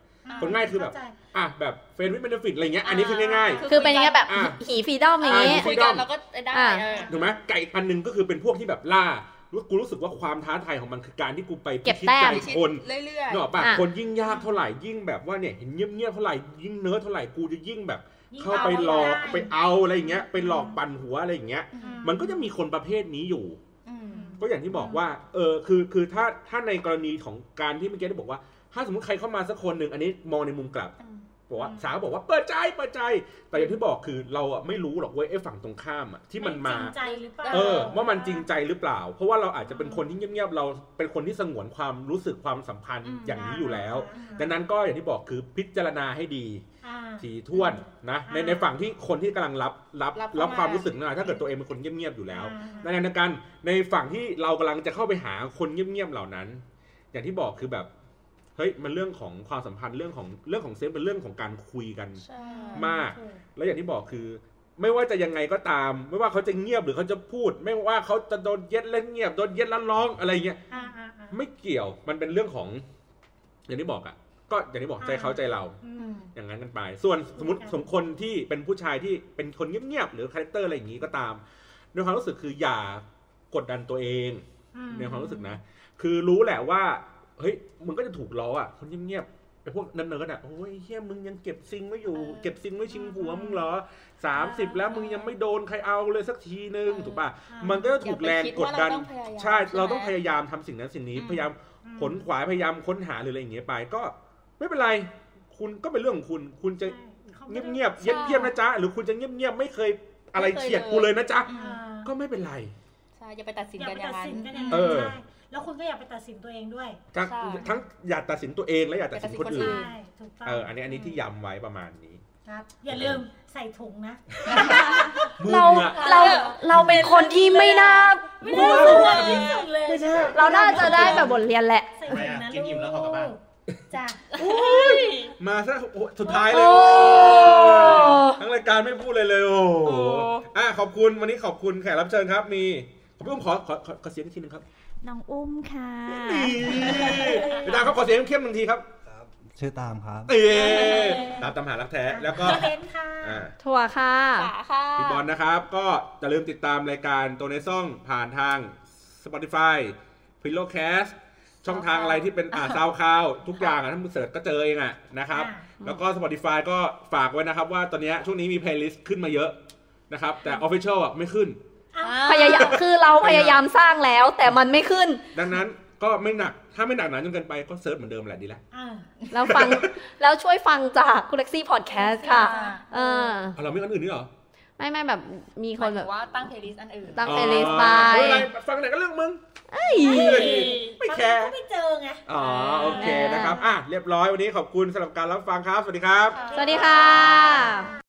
Speaker 1: คนง่ายคือแบบ อ่ะแบบเฟรนด์วิดเบนฟิตอะไรเงี้ย อันนี้คือง่าย
Speaker 2: คือเป็นอย่างเงี้ยแบบ
Speaker 1: อ่ะ
Speaker 2: หีฟีดอมอย่างงี้
Speaker 1: อ่ะ
Speaker 6: คุยกันแล้วก็ได้
Speaker 2: อ่ะ
Speaker 6: เออ
Speaker 1: ๆถูกไหมไก่อีกอันหนึงก็คือเป็นพวกที่แบบล่า รู้กูรู้สึกว่าความท้าทายของมันคือการที่กูไป
Speaker 2: เก็บ
Speaker 1: พิชิ
Speaker 2: แต้
Speaker 1: ตใจ
Speaker 2: ม
Speaker 1: คน
Speaker 6: เรื่อย
Speaker 1: เนกออกปะ
Speaker 2: อ่ะ
Speaker 1: คนยิ่งยากเท่าไหร่ยิ่งแบบว่าเนี่ยเห็นเงียบๆเท่าไหร่ยิ่งเนิร์ดเท่าไหร่กูจะยิ่งแบบ
Speaker 3: ยิ่ง
Speaker 1: เข้าไป
Speaker 3: เอา
Speaker 1: หลอก
Speaker 3: ไม่ได้
Speaker 1: ไปเอาอะไรอย่างเงี้ยไปหลอกปั่นหัวอะไรอย่างเงี้ย
Speaker 3: อื
Speaker 1: มันก็จะมีคนประเภทนี้อยู่
Speaker 6: ๆอืม
Speaker 1: ก็อย่างที่บอกว่าเออคือคือถ้าถ้าในกรณีของการที่เมื่อกี้ได้บอกว่า ถ้าสมมติใครเข้ามาสักคนหนึ่งอันนี้มองในมุมกลับ
Speaker 6: อืม
Speaker 1: บอกว่าสาวบอกว่าเปิดใจเปิดใจ แต่อย่างที่บอกคือเราอะไม่รู้หรอกเว้ยไอ้ฝั่งตรงข้ามอะที่มันมา
Speaker 3: จริงใจหรือเปล่า
Speaker 1: เออว่ามันจริงใจหรือเปล่า เพราะว่าเราอาจจะเป็นคนที่เงียบๆเราเป็นคนที่สงวนความรู้สึกความสัมพันธ์อย่างนี้อยู่แล้ว ดังนั้นก็อย่างที่บอกคือพิจารณาให้ดี
Speaker 3: อ่า
Speaker 1: ถี่ถ้วนนะใน
Speaker 3: อ่า
Speaker 1: ในฝั่งที่คนที่กำลังรับรับรับความรู้สึกนั่นนะถ้าเกิดตัวเองเป็นคนเงียบๆอยู่แล้วในขณะเดียวกันในฝั่งที่เรากำลังจะเข้าไปหาคนเงียบๆเหล่านั้น อย่างที่บอกคือแบบเฮ้ยมันเรื่องของความสัมพันธ์เรื่องของเรื่องของเซนส์เป็นเรื่องของการคุยกัน
Speaker 6: ใช่
Speaker 1: มาก แล้วอย่างที่บอกคือ ไม่ว่าจะยังไงก็ตาม ไม่ว่าเขาจะเงียบหรือเขาจะพูด ไม่ว่าเขาจะโดนเย็ดแล้วเงียบโดนเย็ดแล้วร้องอะไรเงี้ย
Speaker 3: อ่าอ่าอ่า
Speaker 1: ไม่เกี่ยว มันเป็นเรื่องของ อย่างที่บอกอะ่ะ ก็อย่างที่บอก
Speaker 3: อ่า
Speaker 1: ใจเขาใจเรา
Speaker 3: อืม
Speaker 1: อย่างนั้นกันไป ส่วนสมมติ
Speaker 3: ค่ะ
Speaker 1: สมคนที่เป็นผู้ชายที่เป็นคนเงียบๆหรือคาแรคเตอร์อะไรอย่างนี้ก็ตามในความรู้สึกคืออย่ากดดันตัวเอง
Speaker 3: อื
Speaker 1: ในความรู้สึกนะ คือรู้แหละว่า เฮ้ย มึงก็จะถูกล้ออ่ะ คนเงียบๆไอ้พวกเนิร์ดๆอ่ะ โอ้ยเฮียมึงยังเก็บซิงไว้อยู่ เก็บซิงไว้ชิงหัวมึงเหรอสามสิบแล้วมึงยังไม่โดนใครเอาเลยสักทีนึง
Speaker 6: เออ
Speaker 1: ถูกป่ะ
Speaker 3: อ่า
Speaker 1: มันก็จะถูกแรงกดดัน
Speaker 6: อย่าไปคิดว่าเราต้องพยายาม
Speaker 1: ใช่ เราต้อง
Speaker 6: ใช่
Speaker 1: พ
Speaker 6: ไหม
Speaker 1: ยายามทำสิ่งนั้นสิ่งนี้
Speaker 6: อืม
Speaker 1: พยายาม
Speaker 3: อืม
Speaker 1: ขนขวาย พยายามค้นหาหรืออะไรอย่างเงี้ยไป ก็ไม่เป็นไร คุณก็เป็นเรื่องของคุณ คุณจะเงียบๆ
Speaker 6: ใช่
Speaker 1: เงียบๆนะจ๊ะ หรือคุณจะเงียบๆไม่เคยอะไร
Speaker 6: ไม่เคย
Speaker 1: เฉียด
Speaker 6: เลย
Speaker 1: กูเลยนะจ๊ะ
Speaker 6: อืม
Speaker 3: อ่า
Speaker 1: ก็ไม่เป็นไร
Speaker 6: ใช่อย่าไปตัดสิน
Speaker 3: อย่า
Speaker 6: กัน
Speaker 3: ไป
Speaker 6: อ
Speaker 3: ตัด
Speaker 6: ย่างนั้น
Speaker 3: สินกันอย่าง
Speaker 1: เอ
Speaker 3: นั้
Speaker 1: อ
Speaker 3: นใช่แล้วคุณก็อย่าไปตัดสินตัวเองด้วย
Speaker 1: ทั้ง
Speaker 6: ใช่
Speaker 1: ทั้งอย่าตัดสินตัวเองและอย่าตัดสินคน
Speaker 6: อื
Speaker 1: อื่น
Speaker 6: ม
Speaker 3: ใช่ถูกต้อง
Speaker 1: เออ อันนี้อันนี้ที่ย้ำไว้ประมาณนี้
Speaker 3: ครับ อย่าลืมใส่ถุงนะ
Speaker 1: มึง
Speaker 2: เรา
Speaker 1: อะ
Speaker 2: เราเราเป็นคนที่ไม่น่าพูด
Speaker 3: ที่สุดเลย
Speaker 2: เราน่าจะได้แบบบทเรียนแหละ
Speaker 3: ใส่ถุงนะ
Speaker 7: ไม่อะกินอิ่มแล้วขอกลับบ้าน
Speaker 3: จ้ะ
Speaker 1: มาซะโอ้สุดท้ายเลย
Speaker 2: โอ้
Speaker 1: ทั้งรายการไม่พูดเลยเลยโอ้โหอ่ะขอบคุณวันนี้ขอบคุณแขกรับเชิญครับ มีขอบคุณขอขอขอขอเสียงอีกทีหนึงครับ
Speaker 4: น้องอุ้มค่ะ
Speaker 1: อาจารย์ครับขอเสียงเข้มๆหนึ่งทีครับ
Speaker 5: ครับ ชื่อตามครับ
Speaker 1: เอ๊ะ
Speaker 3: อ
Speaker 1: ตามตามหารักแท้ แล้วก็
Speaker 3: พี่เบนซ์ค่ะ
Speaker 1: อ่า
Speaker 2: ถั่วค่ะ
Speaker 6: จ๋าค่ะ
Speaker 1: พี่บอลนะครับ ก็อย่าลืมติดตามรายการตัวในซ่องผ่านทาง Spotify p i l l o w c a s t ช่องทางอะไรที่เป็นอ่าซาวคาวทุกอย่างอ่ะถ้ามึงเสิร์ชก็เจอเองอ่ะนะครับ
Speaker 3: อ่า
Speaker 1: แล้วก็ Spotify ก็ฝากไว้นะครับว่าตอนเนี้ยช่วงนี้มี playlist ขึ้นมาเยอะนะครับ แต่ Official อ่ะไม่ขึ้น
Speaker 2: พยายามคือเราพยายามสร้างแล้วแต่มันไม่ขึ้น
Speaker 1: ดังนั้นก็ไม่หนักถ้าไม่หนักหนาจนเกินไปก็เซิร์ชเหมือนเดิมแหละดีแล้ว
Speaker 3: อ่า
Speaker 2: แล้วฟัง แล้วช่วยฟังจากคุณเล็กซี่พอดแคสต์ค่ะ
Speaker 6: ค่ะ
Speaker 2: เออ
Speaker 1: เอาเราไม่อันอื่นนี่หรอ
Speaker 2: ไม่ไม่แบบมี
Speaker 6: มี
Speaker 2: ค
Speaker 6: คน
Speaker 2: นแบบ
Speaker 6: ว่าตั้งเพลย์ลิสต์อันอื่น
Speaker 2: ตั้ง playlist ไป
Speaker 1: ไม่เป็นไรฟังไหนก็เรื่องมึงไม่แคร์
Speaker 3: ก็ไม่เจอไง
Speaker 1: อ๋อโอเคนะครับอ่ะเรียบร้อยวันนี้ขอบคุณสำหรับการรับฟังครับ สวัสดีครับ
Speaker 2: สวัสดีค่ะ